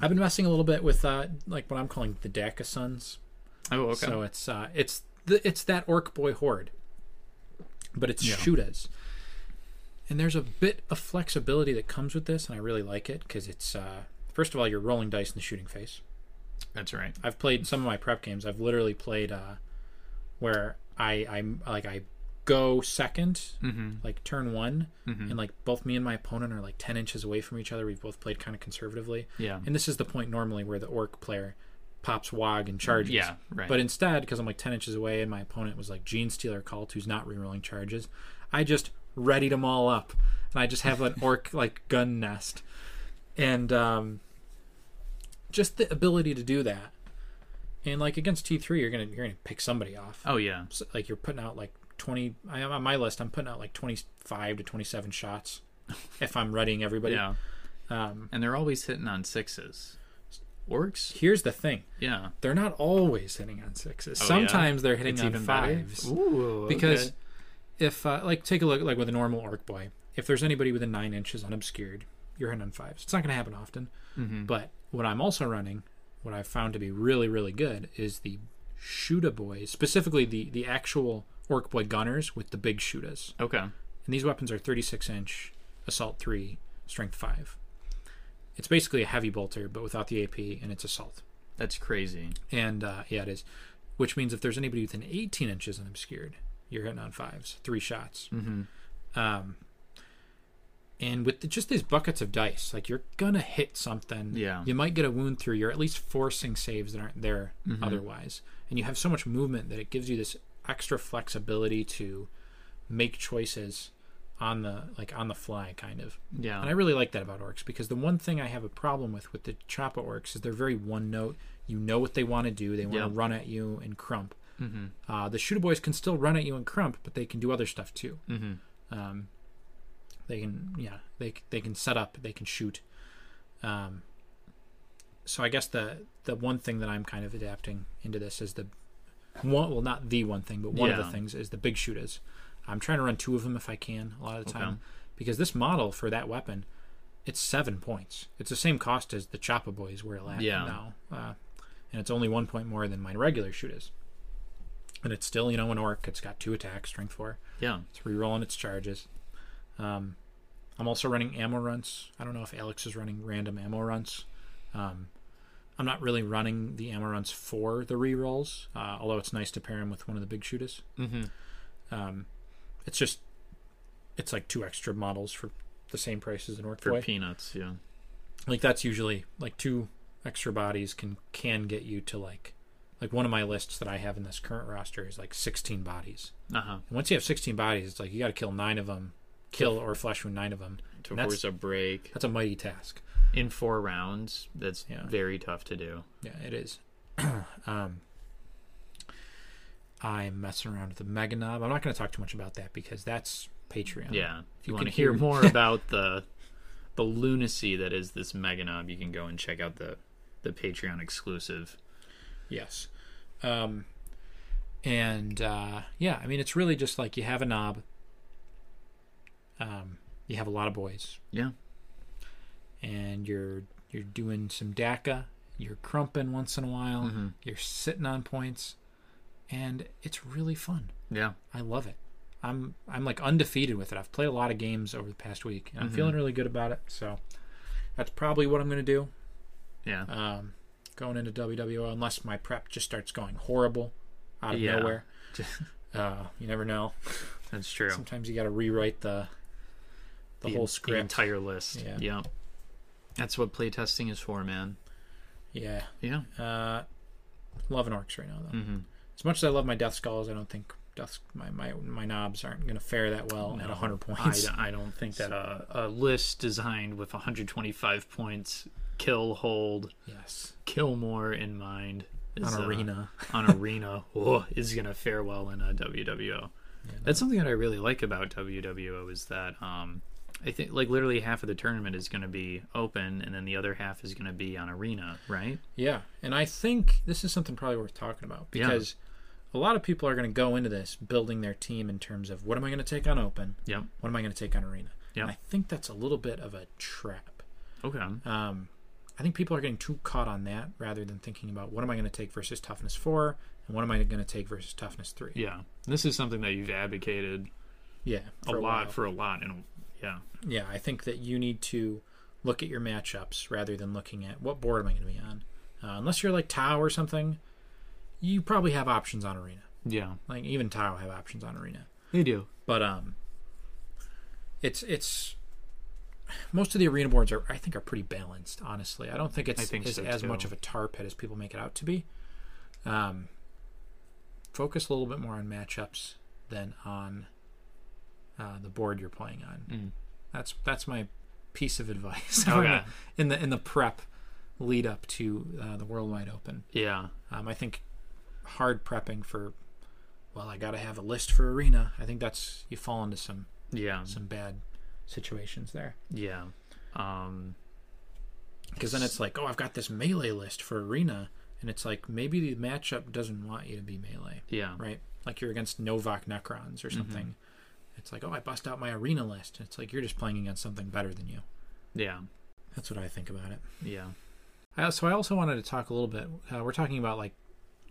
Speaker 2: I've been messing a little bit with uh, like what I'm calling the Daka sons.
Speaker 1: Oh, okay.
Speaker 2: So it's uh, it's the, it's that orc boy horde, but it's shooters. And there's a bit of flexibility that comes with this, and I really like it because it's uh, first of all you're rolling dice in the shooting phase.
Speaker 1: That's right.
Speaker 2: I've played some of my prep games. I've literally played uh, where I I'm like I go 2nd
Speaker 1: Mm-hmm.
Speaker 2: like turn one, and like both me and my opponent are like ten inches away from each other. We've both played kind of conservatively.
Speaker 1: Yeah.
Speaker 2: And this is the point normally where the orc player pops wog and charges.
Speaker 1: Mm-hmm. Yeah, right.
Speaker 2: But instead, because I'm like ten inches away and my opponent was like Gene Stealer Cult, who's not rerolling charges, I just readied them all up, and I just have an orc like gun nest, and um, just the ability to do that. And like against T three, you're gonna you're gonna pick somebody off.
Speaker 1: Oh yeah.
Speaker 2: So, like you're putting out like twenty. I am on my list. I'm putting out like twenty five to twenty seven shots
Speaker 1: <laughs>
Speaker 2: if I'm readying everybody.
Speaker 1: Yeah. Um, and they're always hitting on sixes. Orcs?
Speaker 2: Here's the thing:
Speaker 1: Yeah.
Speaker 2: they're not always hitting on sixes.
Speaker 1: Oh,
Speaker 2: Sometimes they're hitting on fives.
Speaker 1: Ooh,
Speaker 2: because if uh, like take a look like with a normal orc boy if there's anybody within nine inches unobscured you're hitting on fives it's not going to happen often but what i'm also running what i've found to be really really good is the shooter boys specifically the the actual orc boy gunners with the big shooters
Speaker 1: okay. Okay.
Speaker 2: and these weapons are 36 inch assault 3 strength 5 it's basically a heavy bolter but without the ap and it's assault
Speaker 1: That's crazy.
Speaker 2: and uh, yeah, it is. Which means if there's anybody within 18 inches and obscured, you're hitting on fives, three shots. Mm-hmm. Um, and with the, just these buckets of dice, like you're gonna hit something.
Speaker 1: Yeah.
Speaker 2: You might get a wound through. You're at least forcing saves that aren't there otherwise. And you have so much movement that it gives you this extra flexibility to make choices on the like on the fly, kind of.
Speaker 1: Yeah.
Speaker 2: And I really like that about orcs because the one thing I have a problem with with the Choppa orcs is they're very one note. You know what they want to do. They want
Speaker 1: Yeah.
Speaker 2: to run at you and crump. Mm-hmm. Uh, the shooter boys can still run at you and crump, but they can do other stuff too. Mm-hmm. Um, they can, yeah, they c- they can set up, they can shoot. Um, so I guess the the one thing that I'm kind of adapting into this is the one well not the one thing but one of
Speaker 1: Yeah.
Speaker 2: the things is the big shoot is I'm trying to run two of them if I can a lot of the time
Speaker 1: Okay.
Speaker 2: because this model for that weapon it's seven points it's the same cost as the Choppa Boys we're at
Speaker 1: Yeah.
Speaker 2: now uh, and it's only one point more than my regular shoot is and it's still you know an orc it's got two attacks strength four
Speaker 1: Yeah.
Speaker 2: it's rerolling its charges. Um, I'm also running ammo runs. I don't know if Alex is running random ammo runs. Um, I'm not really running the ammo runs for the rerolls, uh, although it's nice to pair them with one of the big shooters.
Speaker 1: Mhm.
Speaker 2: Um, it's just, it's like two extra models for the same price as an orc
Speaker 1: For
Speaker 2: boy.
Speaker 1: peanuts, yeah.
Speaker 2: like that's usually like two extra bodies can can get you to like, like one of my lists that I have in this current roster is like 16 bodies.
Speaker 1: Uh huh.
Speaker 2: And once you have 16 bodies, it's like you got to kill nine of them, kill or flesh wound nine of them.
Speaker 1: To
Speaker 2: that's-
Speaker 1: force a break
Speaker 2: That's a mighty task.
Speaker 1: in four rounds, that's
Speaker 2: Yeah.
Speaker 1: very tough to do.
Speaker 2: Yeah, it is. <clears throat> um, I'm messing around with the Mega Knob. I'm not going to talk too much about that because that's Patreon.
Speaker 1: Yeah. If you,
Speaker 2: you
Speaker 1: want to
Speaker 2: can
Speaker 1: hear <laughs>
Speaker 2: hear-
Speaker 1: more about the the lunacy that is this Meganob, you can go and check out the the Patreon exclusive.
Speaker 2: Yes. Um, and uh, yeah, I mean, it's really just like you have a knob, um, you have a lot of boys,
Speaker 1: Yeah.
Speaker 2: and you're you're doing some DACA, you're crumping once in a while, you're sitting on points, and it's really fun.
Speaker 1: Yeah.
Speaker 2: I love it. I'm I'm like undefeated with it. I've played a lot of games over the past week, and I'm feeling really good about it. So that's probably what I'm going to do
Speaker 1: Yeah.
Speaker 2: um, going into WWO, unless my prep just starts going horrible out of
Speaker 1: Yeah.
Speaker 2: nowhere. uh, you never know.
Speaker 1: That's true.
Speaker 2: Sometimes you got to rewrite the the, whole script.
Speaker 1: entire list.
Speaker 2: Yeah.
Speaker 1: Yeah. That's what playtesting is for, man.
Speaker 2: yeah,
Speaker 1: Yeah.
Speaker 2: Uh, loving orcs right now though.
Speaker 1: Mm-hmm.
Speaker 2: As much as I love my death skulls, I don't think death my my, my knobs aren't going to fare that well at 100
Speaker 1: I,
Speaker 2: points.
Speaker 1: d- I don't think that uh, a, a list designed with 125 points, kill, hold,
Speaker 2: yes,
Speaker 1: kill more in mind is,
Speaker 2: on
Speaker 1: uh,
Speaker 2: arena.
Speaker 1: on arena whoa, is going to fare well in uh, a WWO. That's something that I really like about WWO is that um, I think like literally half of the tournament is going to be open and then the other half is going to be on arena, right?
Speaker 2: Yeah, and I think this is something probably worth talking about
Speaker 1: Yeah.
Speaker 2: because a lot of people are going to go into this building their team in terms of what am I going to take on open,
Speaker 1: Yep.
Speaker 2: what am I going to take on arena.
Speaker 1: Yeah.
Speaker 2: And I think that's a little bit of a trap.
Speaker 1: Okay. Uh,
Speaker 2: Um, I think people are getting too caught on that rather than thinking about what am I going to take versus toughness four and what am I going to take versus toughness three.
Speaker 1: yeah. This is something that you've advocated
Speaker 2: Yeah,
Speaker 1: a
Speaker 2: for
Speaker 1: lot
Speaker 2: while.
Speaker 1: for a lot and yeah.
Speaker 2: yeah, I think that you need to look at your matchups rather than looking at what board am I going to be on. Uh, unless you're like Tau or something, you probably have options on arena.
Speaker 1: Yeah.
Speaker 2: Like even Tile have options on Arena,
Speaker 1: They do.
Speaker 2: but um, it's it's most of the arena boards are I think are pretty balanced. Honestly, I don't think it's
Speaker 1: I think
Speaker 2: is
Speaker 1: so,
Speaker 2: as
Speaker 1: too.
Speaker 2: much of a tar pit as people make it out to be. Um, focus a little bit more on matchups than on uh, the board you're playing on. That's that's my piece of advice.
Speaker 1: Mm.
Speaker 2: <laughs>
Speaker 1: Okay.
Speaker 2: in the in the prep lead up to uh, the Worldwide Open.
Speaker 1: Yeah.
Speaker 2: Um, I think hard prepping for, well, I got to have a list for arena. I think that's you fall into some
Speaker 1: Yeah.
Speaker 2: some bad situations there
Speaker 1: Yeah. Um
Speaker 2: because then it's like, oh, I've got this melee list for arena, and it's like maybe the matchup doesn't want you to be melee,
Speaker 1: yeah.
Speaker 2: right? Like you're against Novak Necrons or something. It's like, oh, I bust out my arena list. It's like you're just playing against something better than you.
Speaker 1: Yeah.
Speaker 2: That's what I think about it.
Speaker 1: Yeah.
Speaker 2: I, so I also wanted to talk a little bit. Uh, we're talking about like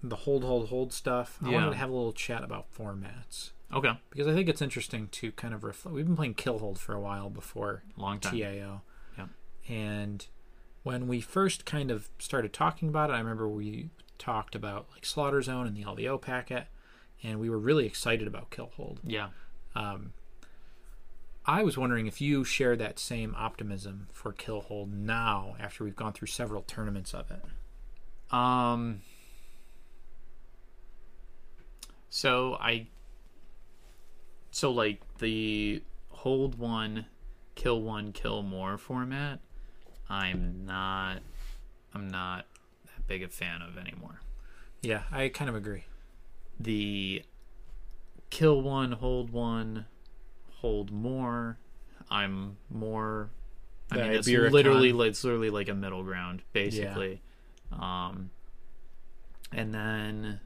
Speaker 2: the hold, hold, hold stuff. I wanted
Speaker 1: Yeah.
Speaker 2: to have a little chat about formats.
Speaker 1: Okay.
Speaker 2: because I think it's interesting to kind of reflect. We've been playing Kill Hold for a while before
Speaker 1: Long time.
Speaker 2: TAO,
Speaker 1: Yeah.
Speaker 2: and when we first kind of started talking about it, I remember we talked about like Slaughter Zone and the LVO packet, and we were really excited about Kill Hold.
Speaker 1: Yeah.
Speaker 2: I was wondering if you share that same optimism for Kill Hold now after we've gone through several tournaments of it.
Speaker 1: Um So I so like the hold one, kill one, kill more format, I'm not I'm not that big a fan of anymore.
Speaker 2: Yeah, I kind of agree.
Speaker 1: the kill one, hold one, hold more. I'm more I
Speaker 2: The
Speaker 1: mean, it's
Speaker 2: Ibericon.
Speaker 1: literally like- it's literally like a middle ground, basically. Um, and then,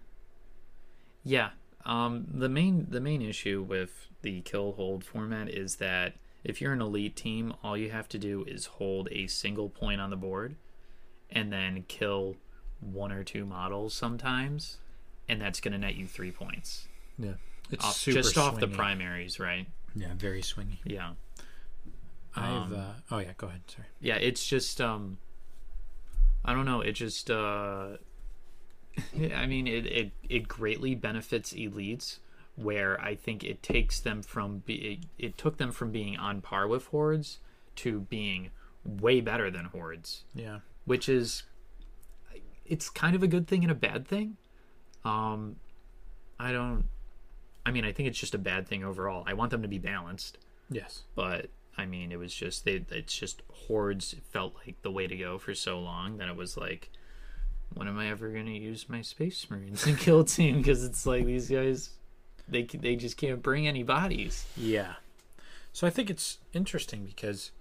Speaker 1: yeah, um, the main the main issue with the kill hold format is that if you're an elite team, all you have to do is hold a single point on the board, and then kill one or two models sometimes, and that's going to net you three points
Speaker 2: Yeah, it's
Speaker 1: off,
Speaker 2: super
Speaker 1: just off the
Speaker 2: swingy.
Speaker 1: primaries, right?
Speaker 2: Yeah, very swingy.
Speaker 1: Yeah. Um,
Speaker 2: I've uh, oh yeah, go ahead. Sorry.
Speaker 1: yeah it's just um i don't know it just uh <laughs> i mean it it, it greatly benefits elites where i think it takes them from be, it, it took them from being on par with hordes to being way better than hordes
Speaker 2: Yeah,
Speaker 1: which is it's kind of a good thing and a bad thing um i don't i mean i think it's just a bad thing overall i want them to be balanced
Speaker 2: yes,
Speaker 1: but I mean, it was just they. It's just hordes felt like the way to go for so long that it was like, when am I ever gonna use my space marines and kill team? Because it's like these guys, they c- they just can't bring any bodies.
Speaker 2: yeah. So I think it's interesting because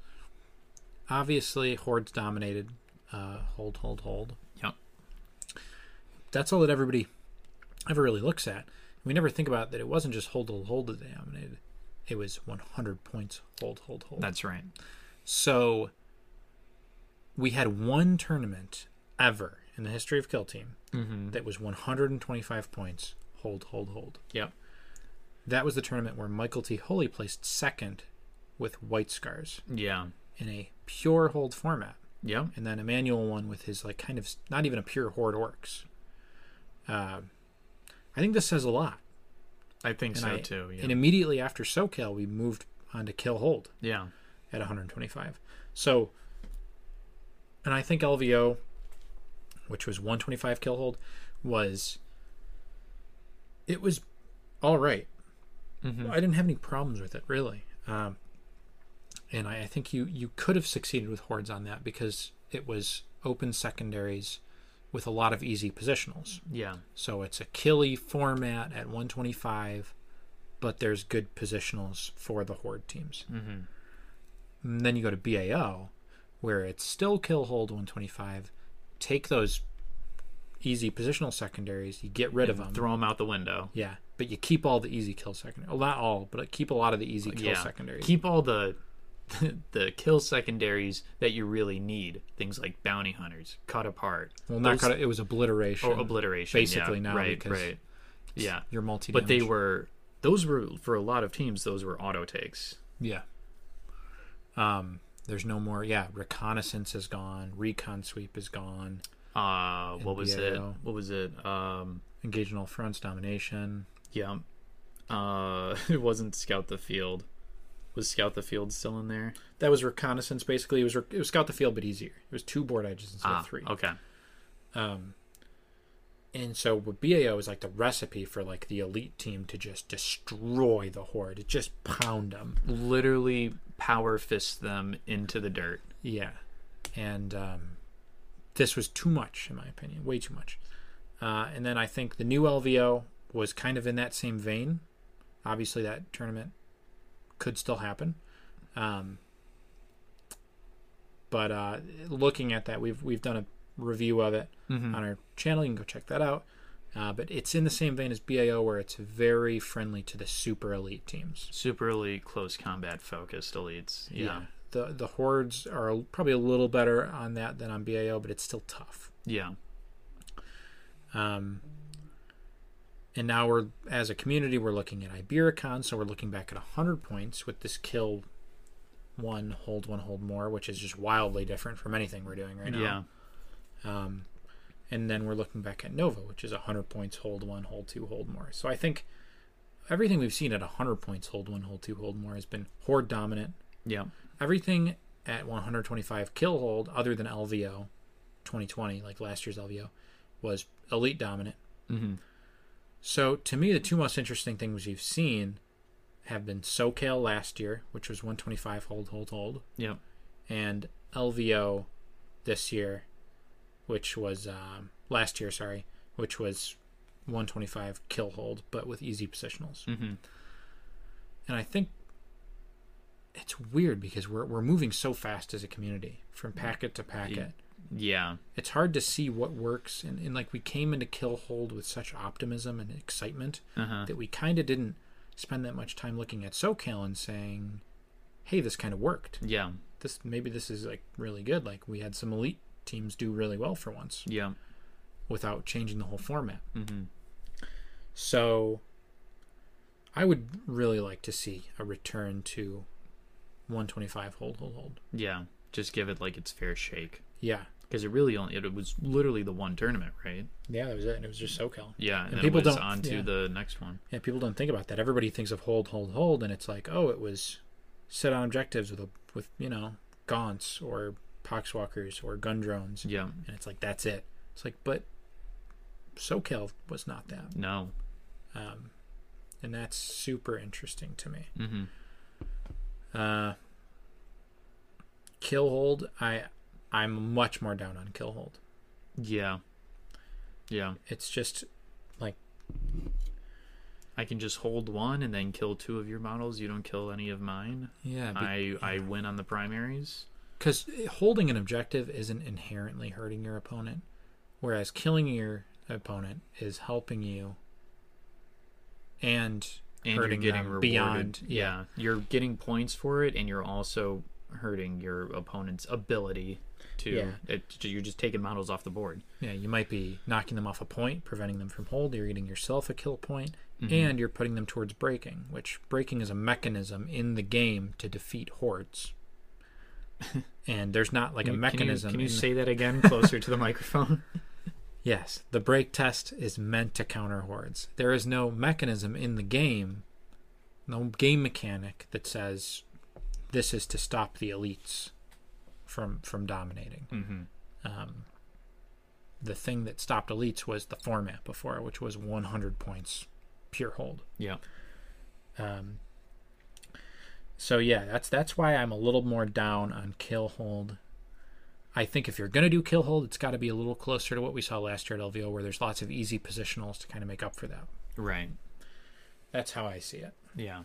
Speaker 2: obviously hordes dominated. Uh, hold, hold, hold.
Speaker 1: Yep.
Speaker 2: That's all that everybody ever really looks at. We never think about that. It wasn't just hold, hold, hold that they dominated. It was 100 points. Hold, hold, hold.
Speaker 1: That's right.
Speaker 2: So we had one tournament ever in the history of Kill Team that was 125 points. Hold, hold, hold.
Speaker 1: Yep.
Speaker 2: That was the tournament where Michael T. Holy placed second with White Scars
Speaker 1: Yeah.
Speaker 2: in a pure hold format.
Speaker 1: Yep.
Speaker 2: And then Emmanuel won with his, like, kind of s- not even a pure Horde Orcs. Um I think this says a lot.
Speaker 1: I think so
Speaker 2: I-
Speaker 1: too. Yeah.
Speaker 2: And immediately after SoCal, we moved on to Kill Hold
Speaker 1: yeah.
Speaker 2: at 125. So, and I think LVO, which was 125 kill hold, was it was all right. I didn't have any problems with it really, um, and I, I think you you could have succeeded with hordes on that because it was open secondaries with a lot of easy positionals.
Speaker 1: Yeah.
Speaker 2: So it's a killy format at 125, but there's good positionals for the horde teams. Mm-hmm. And then you go to BAO, where it's still kill hold 125. Take those easy positional secondaries, you get rid of them.
Speaker 1: Throw them out the window.
Speaker 2: yeah, but you keep all the easy kill secondaries. Well, not all, but keep a lot of the easy kill
Speaker 1: yeah.
Speaker 2: secondaries.
Speaker 1: Keep all the. <laughs> The kill secondaries that you really need, things like bounty hunters, cut apart.
Speaker 2: well, not
Speaker 1: Those-
Speaker 2: cut it. It was obliteration.
Speaker 1: or obliteration,
Speaker 2: basically
Speaker 1: yeah,
Speaker 2: now
Speaker 1: right,
Speaker 2: because
Speaker 1: right, yeah.
Speaker 2: Your multi.
Speaker 1: But they were those were for a lot of teams. Those were auto takes.
Speaker 2: Yeah. Um, there's no more. Yeah, reconnaissance is gone. Recon sweep is gone.
Speaker 1: Uh, what was it?
Speaker 2: NBAO.
Speaker 1: What was it? Um,
Speaker 2: Engage in all fronts. Domination.
Speaker 1: yeah. Uh, <laughs> it wasn't scout the field. Was scout the field still in there?
Speaker 2: That was reconnaissance. Basically, it was re- it was scout the field, but easier. It was two board edges instead
Speaker 1: Ah,
Speaker 2: of three.
Speaker 1: Okay.
Speaker 2: And so what BAO is like the recipe for like the elite team to just destroy the horde. It just pound them.
Speaker 1: Literally power fist them into the dirt.
Speaker 2: Yeah. And um, this was too much, in my opinion, way too much. Uh, and then I think the new LVO was kind of in that same vein. Obviously, that tournament could still happen. Um, but uh, looking at that, we've we've done a review of it on our channel. You can go check that out. Uh, but it's in the same vein as BAO, where it's very friendly to the super elite teams.
Speaker 1: Super elite, close combat focused elites. Yeah.
Speaker 2: The the hordes are a- probably a little better on that than on BAO, but it's still tough.
Speaker 1: Yeah.
Speaker 2: Um, and now we're as a community we're looking at Ibericon, so we're looking back at hundred points with this kill one hold one hold more, which is just wildly different from anything we're doing right now.
Speaker 1: Yeah.
Speaker 2: And then we're looking back at Nova, which is hundred points hold one hold two hold more. So I think everything we've seen at hundred points hold one hold two hold more has been horde dominant,
Speaker 1: Yeah.
Speaker 2: everything at 125 kill hold other than LVO 2020 like last year's LVO was elite dominant. Mm-hmm. So to me the two most interesting things you've seen have been SoCal last year which was 125 hold hold hold
Speaker 1: Yeah.
Speaker 2: and LVO this year which was um, last year sorry which was 125 kill hold but with easy positionals. Mm-hmm. And I think it's weird because we're we're moving so fast as a community from packet to packet.
Speaker 1: Yeah.
Speaker 2: It's hard to see what works, and, and like we came into Killhold with such optimism and excitement that we kind of didn't spend that much time looking at SoCal and saying, "Hey, this kind of worked.
Speaker 1: Yeah.
Speaker 2: This maybe this is like really good. Like we had some elite teams do really well for once."
Speaker 1: Yeah.
Speaker 2: without changing the whole format. So I would really like to see a return to 125 hold hold hold.
Speaker 1: Yeah. Just give it like its fair shake.
Speaker 2: Yeah.
Speaker 1: Because it really only, it was literally the one tournament, right?
Speaker 2: Yeah, that was it. And it was just SoCal.
Speaker 1: Yeah. And,
Speaker 2: And
Speaker 1: then
Speaker 2: people
Speaker 1: it was
Speaker 2: don't-
Speaker 1: on to
Speaker 2: yeah.
Speaker 1: the next one.
Speaker 2: Yeah, people don't think about that. Everybody thinks of hold hold hold and it's like, "Oh, it was set on objectives with a with, you know, gaunts or poxwalkers or gun drones."
Speaker 1: Yeah.
Speaker 2: And it's like, "That's it." It's like, "But SoCal was not that."
Speaker 1: No.
Speaker 2: and that's super interesting to me. Mm-hmm. Uh, Killhold, I I'm much more down on Killhold.
Speaker 1: Yeah. Yeah.
Speaker 2: It's just like
Speaker 1: I can just hold one and then kill two of your models. You don't kill any of mine.
Speaker 2: yeah,
Speaker 1: I I win on the primaries.
Speaker 2: because holding an objective isn't inherently hurting your opponent, whereas killing your opponent is helping you and,
Speaker 1: And
Speaker 2: hurting
Speaker 1: you're getting rewarded.
Speaker 2: them beyond.
Speaker 1: yeah. You're getting points for it and you're also hurting your opponent's ability to
Speaker 2: Yeah.
Speaker 1: it, you're just taking models off the board.
Speaker 2: Yeah, you might be knocking them off a point, preventing them from hold. You're getting yourself a kill point,
Speaker 1: Mm-hmm.
Speaker 2: and you're putting them towards breaking, which breaking is a mechanism in the game to defeat
Speaker 1: <laughs>
Speaker 2: hordes. and there's not like a mechanism.
Speaker 1: Can you,
Speaker 2: in the-
Speaker 1: say that again closer to the <laughs>
Speaker 2: <laughs>
Speaker 1: microphone?
Speaker 2: yes, the break test is meant to counter hordes. There is no mechanism in the game, no game mechanic that says this is to stop the elites from from dominating. Um, the thing that stopped elites was the format before, which was 100 points pure hold.
Speaker 1: Yeah.
Speaker 2: Um, so yeah, that's that's why I'm a little more down on kill hold. I think if you're gonna do kill hold, it's got to be a little closer to what we saw last year at LVO, where there's lots of easy positionals to kind of make up for that.
Speaker 1: Right.
Speaker 2: That's how I see it.
Speaker 1: Yeah.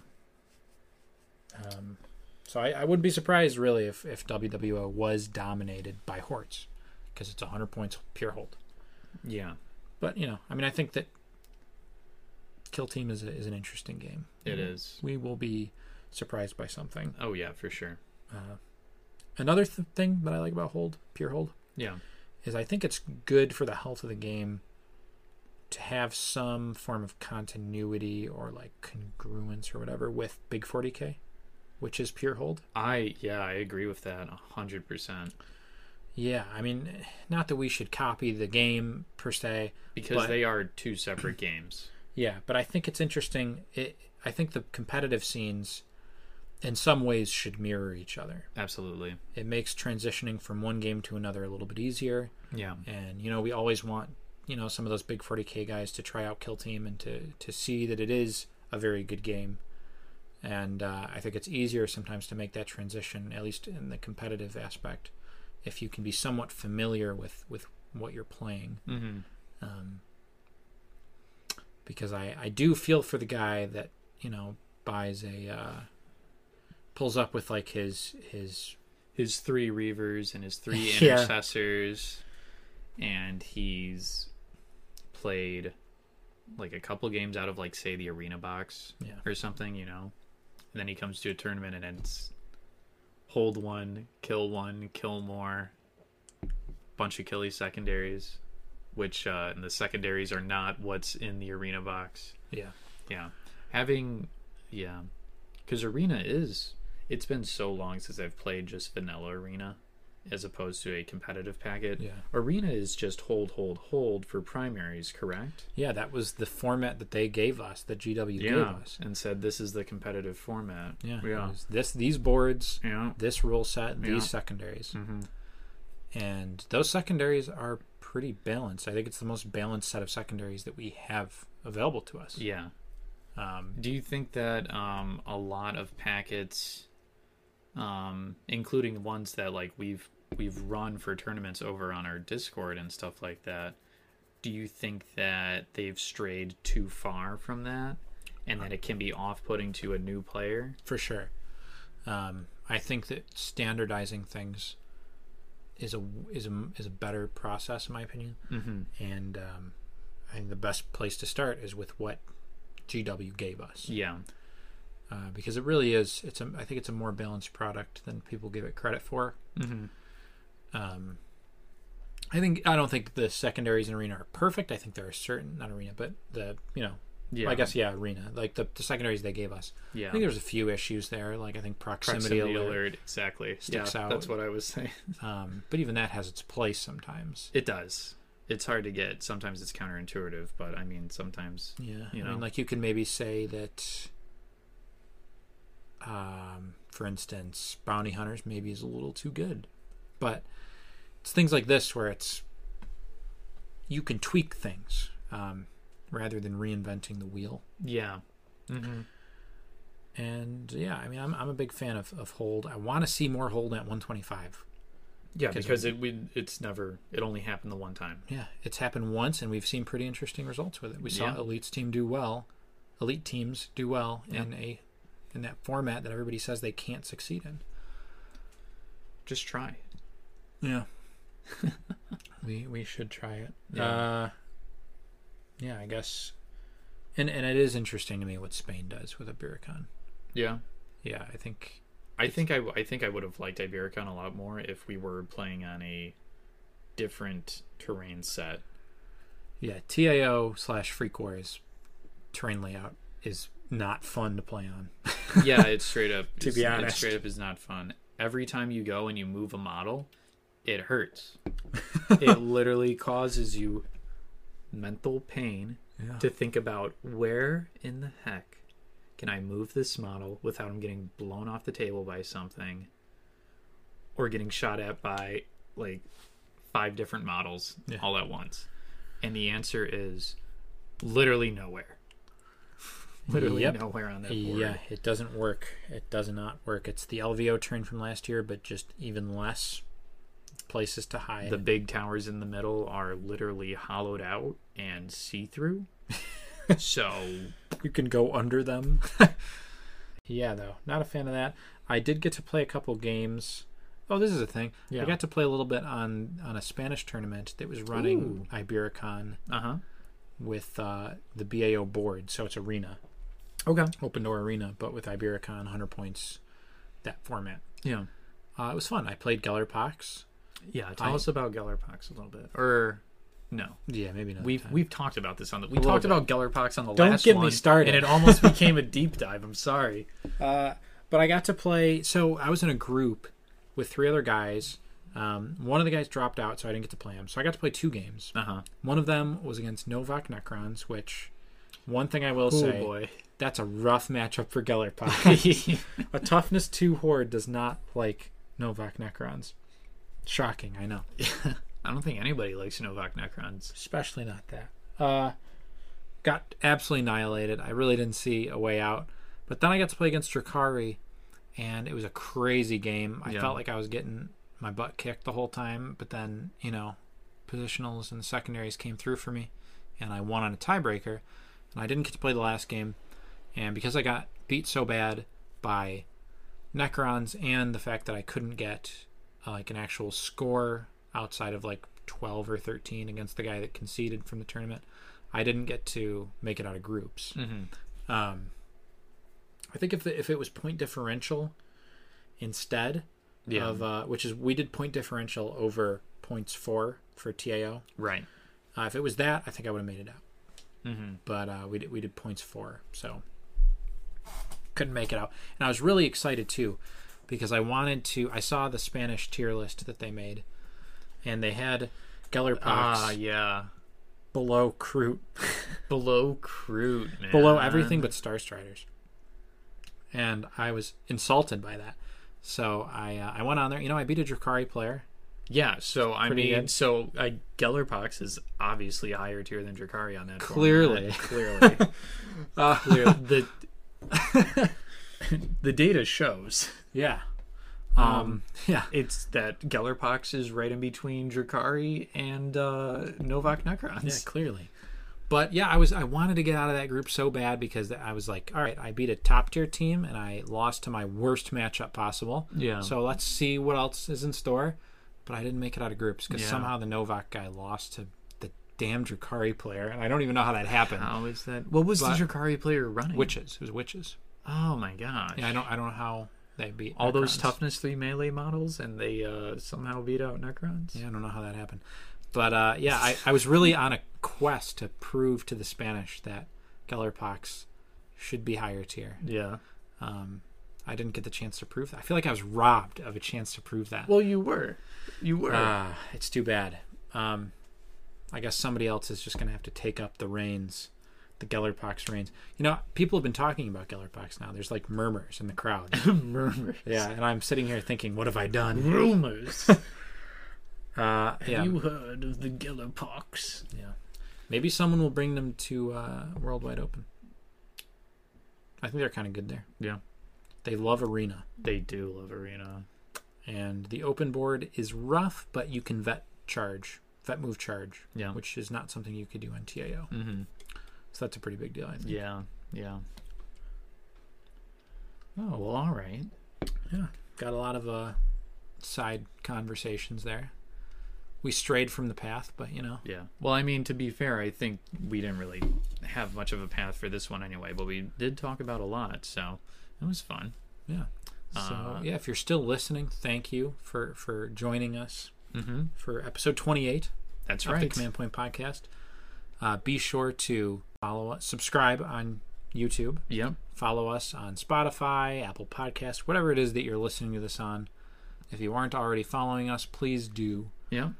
Speaker 2: So I, I wouldn't be surprised really if if WWO was dominated by hordes, because it's 100 points pure hold.
Speaker 1: Yeah.
Speaker 2: But you know, I mean, I think that Kill Team is a, is an interesting game.
Speaker 1: It is.
Speaker 2: We will be surprised by something.
Speaker 1: Oh yeah, for sure.
Speaker 2: Another th- thing that I like about Hold, Pure Hold,
Speaker 1: Yeah.
Speaker 2: is I think it's good for the health of the game to have some form of continuity or like congruence or whatever with Big 40K, which is Pure Hold.
Speaker 1: I yeah, I agree with that a hundred percent.
Speaker 2: Yeah, I mean, not that we should copy the game per se,
Speaker 1: Because
Speaker 2: but-
Speaker 1: they are two separate games.
Speaker 2: Yeah, but I think it's interesting. It, I think the competitive scenes, in some ways, should mirror each other.
Speaker 1: Absolutely.
Speaker 2: It makes transitioning from one game to another a little bit easier.
Speaker 1: Yeah.
Speaker 2: And you know, we always want you know some of those big 40k guys to try out Kill Team and to to see that it is a very good game. And uh, I think it's easier sometimes to make that transition, at least in the competitive aspect, if you can be somewhat familiar with with what you're playing Um,
Speaker 1: Mm-hmm.
Speaker 2: because I, I do feel for the guy that you know buys a uh, pulls up with like his his
Speaker 1: his three reavers and his three
Speaker 2: <laughs> Yeah.
Speaker 1: intercessors and he's played like a couple games out of like say the arena box
Speaker 2: Yeah.
Speaker 1: or something you know and then he comes to a tournament and it's hold one kill one kill more bunch of killy secondaries which uh and the secondaries are not what's in the arena box
Speaker 2: yeah
Speaker 1: yeah having yeah because arena is it's been so long since i've played just vanilla arena as opposed to a competitive packet
Speaker 2: Yeah.
Speaker 1: arena is just hold hold hold for primaries correct
Speaker 2: yeah that was the format that they gave us that GW gave us
Speaker 1: and said this is the competitive format
Speaker 2: yeah, it
Speaker 1: yeah
Speaker 2: was this these boards
Speaker 1: yeah
Speaker 2: this rule set and
Speaker 1: Yeah. Mm-hmm.
Speaker 2: these secondaries and those secondaries are pretty balanced I think it's the most balanced set of secondaries that we have available to us
Speaker 1: yeah
Speaker 2: um,
Speaker 1: do you think that um a lot of packets um including ones that like we've we've run for tournaments over on our discord and stuff like that do you think that they've strayed too far from that and that it can be off-putting to a new player
Speaker 2: for sure Um, I think that standardizing things is a is a is a better process, in my opinion. Mm-hmm. And um, I think the best place to start is with what GW gave us
Speaker 1: Yeah.
Speaker 2: uh, because it really is. It's a. I think it's a more balanced product than people give it credit for. Mm-hmm. Um, I think I don't think the secondaries in arena are perfect. I think there are certain not arena, but the you know.
Speaker 1: Yeah.
Speaker 2: I guess yeah, arena. Like the, the secondaries they gave us.
Speaker 1: Yeah.
Speaker 2: I think there's a few issues there. Like I think proximity,
Speaker 1: proximity
Speaker 2: alert.
Speaker 1: alert. Exactly.
Speaker 2: sticks
Speaker 1: yeah,
Speaker 2: out.
Speaker 1: That's what I was <laughs> saying.
Speaker 2: Um, but even that has its place sometimes.
Speaker 1: It does. It's hard to get. Sometimes it's counterintuitive, but I mean, sometimes.
Speaker 2: Yeah.
Speaker 1: You
Speaker 2: I
Speaker 1: know.
Speaker 2: mean, like you can maybe say that. Um, for instance, bounty hunters maybe is a little too good, but it's things like this where it's you can tweak things um, rather than reinventing the wheel.
Speaker 1: Yeah.
Speaker 2: And yeah, I mean, I'm, I'm a big fan of, of hold. I want to see more hold at 125.
Speaker 1: Yeah, because it we it's never it only happened the one time.
Speaker 2: Yeah, it's happened once, and we've seen pretty interesting results with it. We saw
Speaker 1: Yeah.
Speaker 2: elites team do well, elite teams do well in a in that format that everybody says they can't succeed in.
Speaker 1: Just try.
Speaker 2: Yeah, <laughs> we we should try it.
Speaker 1: Yeah.
Speaker 2: Uh, yeah, I guess. And and it is interesting to me what Spain does with Ibiricon.
Speaker 1: Yeah.
Speaker 2: Yeah, I think
Speaker 1: I think I, w- I think I would have liked Ibericon a lot more if we were playing on a different terrain set.
Speaker 2: yeah TAO slash Freak Wars terrain layout is not fun to play on.
Speaker 1: Yeah, it's straight
Speaker 2: <laughs>
Speaker 1: up. to
Speaker 2: be honest.
Speaker 1: straight up is not fun. Every time you go and you move a model, it
Speaker 2: <laughs>
Speaker 1: hurts. it literally causes you mental pain
Speaker 2: Yeah.
Speaker 1: to think about where in the heck can I move this model without him getting blown off the table by something or getting shot at by like five different models all at once? And the answer is literally nowhere. Literally
Speaker 2: Yep.
Speaker 1: nowhere on that board.
Speaker 2: Yeah, it doesn't work. It does not work. It's the LVO train from last year, but just even less places to hide.
Speaker 1: the big towers in the middle are literally hollowed out and see <laughs> through. so
Speaker 2: you can go under them. <laughs> yeah, though, not a fan of that. I did get to play a couple games. Oh, this is a thing.
Speaker 1: Yeah.
Speaker 2: I got to play a little bit on on a Spanish tournament that was running Ibericon
Speaker 1: uh huh.
Speaker 2: with uh, the BAO board, so it's arena,
Speaker 1: Okay.
Speaker 2: open door arena, but with Ibericon, hundred points, that format.
Speaker 1: Yeah.
Speaker 2: Uh, it was fun. I played Gellerpox.
Speaker 1: Yeah. Tell
Speaker 2: I-
Speaker 1: us about Gellerpox a little bit. Or no.
Speaker 2: Yeah, maybe not.
Speaker 1: We've we've talked about this on the we
Speaker 2: little
Speaker 1: talked about Gellerpox on the
Speaker 2: Don't
Speaker 1: last
Speaker 2: get me
Speaker 1: one,
Speaker 2: started.
Speaker 1: and it <laughs> almost became a deep dive. I'm sorry.
Speaker 2: but I got to play. So I was in a group with three other guys. Um, one of the guys dropped out, so I didn't get to play him. So I got to play two games.
Speaker 1: Uh huh.
Speaker 2: One of them was against Novak Necrons, which one thing I will
Speaker 1: Oh,
Speaker 2: say, that's a rough matchup for Gellerpop. a toughness two horde does not like Novak Necrons. Shocking, I know.
Speaker 1: I don't think anybody likes Novak Necrons.
Speaker 2: Especially not that. Uh, got absolutely annihilated. I really didn't see a way out. But then I got to play against Drakari, and it was a crazy game. I
Speaker 1: Yeah.
Speaker 2: felt like I was getting my butt kicked the whole time, but then, you know, positionals and secondaries came through for me, and I won on a tiebreaker. And I didn't get to play the last game. And because I got beat so bad by Necrons and the fact that I couldn't get uh, like an actual score outside of like 12 or 13 against the guy that conceded from the tournament, I didn't get to make it out of groups. Um, I think if the, if it was point differential instead
Speaker 1: Yeah.
Speaker 2: of uh, which is we did point differential over points four for TAO.
Speaker 1: Right.
Speaker 2: Uh, if it was that, I think I would have made it out. But uh, we did we did points four, so couldn't make it out. And I was really excited too, because I wanted to. I saw the Spanish tier list that they made, and they had Gellerpox
Speaker 1: Ah, yeah.
Speaker 2: below Crute,
Speaker 1: Below Crute, man.
Speaker 2: below everything but Starstriders. And I was insulted by that, so I uh, I went on there. You know, I beat a Drakari player.
Speaker 1: Yeah, so I
Speaker 2: Pretty
Speaker 1: mean,
Speaker 2: good.
Speaker 1: so I, Gellerpox is obviously a higher tier than Drakari on that.
Speaker 2: Clearly.
Speaker 1: format. <laughs> clearly, Uh, Clear- the <laughs> the data shows
Speaker 2: Yeah. um yeah.
Speaker 1: it's that Gellerpox is right in between Drakari and uh, Novak Necrons.
Speaker 2: Yeah, clearly. But yeah, I was I wanted to get out of that group so bad because I was like, all right, I beat a top tier team and I lost to my worst matchup possible.
Speaker 1: Yeah.
Speaker 2: So let's see what else is in store. But I didn't make it out of groups because
Speaker 1: Yeah.
Speaker 2: somehow the Novak guy lost to the damn Drukari player, and I don't even know how that happened.
Speaker 1: How is that? What was
Speaker 2: But-
Speaker 1: the Jakari player running?
Speaker 2: Witches, it was witches.
Speaker 1: Oh my gosh.
Speaker 2: Yeah, I don't I don't know how they beat
Speaker 1: all those
Speaker 2: Necrons.
Speaker 1: toughness three melee models, and they uh, somehow beat out Necrons.
Speaker 2: Yeah, I don't know how that happened. But uh, yeah, I, I was really on a quest to prove to the Spanish that Gellerpox should be higher tier.
Speaker 1: Yeah.
Speaker 2: Um, I didn't get the chance to prove that. I feel like I was robbed of a chance to prove that.
Speaker 1: Well, you were. You were. <laughs>
Speaker 2: Ah, it's too bad. Um, I guess somebody else is just going to have to take up the reins, the Gellerpox reins. You know, people have been talking about Gellerpox now. There's like murmurs in the crowd.
Speaker 1: Murmurs.
Speaker 2: yeah, and I'm sitting here thinking, what have I done?
Speaker 1: Rumors.
Speaker 2: Uh, yeah,
Speaker 1: heard of the Gellerpox?
Speaker 2: Yeah. Maybe someone will bring them to uh, Worldwide Open. I think they're kind of good there.
Speaker 1: Yeah.
Speaker 2: They love Arena.
Speaker 1: They do love Arena.
Speaker 2: And the open board is rough, but you can vet charge, vet move charge,
Speaker 1: Yeah.
Speaker 2: which is not something you could do on TAO.
Speaker 1: Mm-hmm.
Speaker 2: So that's a pretty big deal, I think.
Speaker 1: Yeah. Yeah. Oh well, all right.
Speaker 2: Yeah. Got a lot of uh, side conversations there. We strayed from the path, but you know.
Speaker 1: Yeah. Well, I mean, to be fair, I think we didn't really have much of a path for this one anyway, but we did talk about a lot, so it was fun.
Speaker 2: Yeah. So
Speaker 1: Uh,
Speaker 2: yeah, if you're still listening, thank you for for joining us for episode 28.
Speaker 1: That's
Speaker 2: of the
Speaker 1: Mm-hmm. right.
Speaker 2: Command Point Podcast. Uh, be sure to follow us, subscribe on YouTube,
Speaker 1: Yep.
Speaker 2: follow us on Spotify, Apple Podcast, whatever it is that you're listening to this on. If you aren't already following us, please do.
Speaker 1: Yep.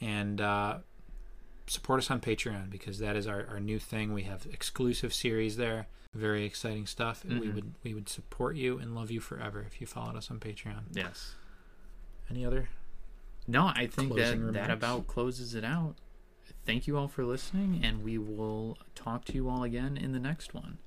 Speaker 2: And uh, support us on Patreon because that is our, our new thing. We have exclusive series there, very exciting stuff. And we would we would support you and love you forever if you followed us on Patreon.
Speaker 1: Yes.
Speaker 2: Any other?
Speaker 1: No, I think
Speaker 2: Closing
Speaker 1: that, that
Speaker 2: remarks.
Speaker 1: about closes it out. Thank you all for listening, and we will talk to you all again in the next one.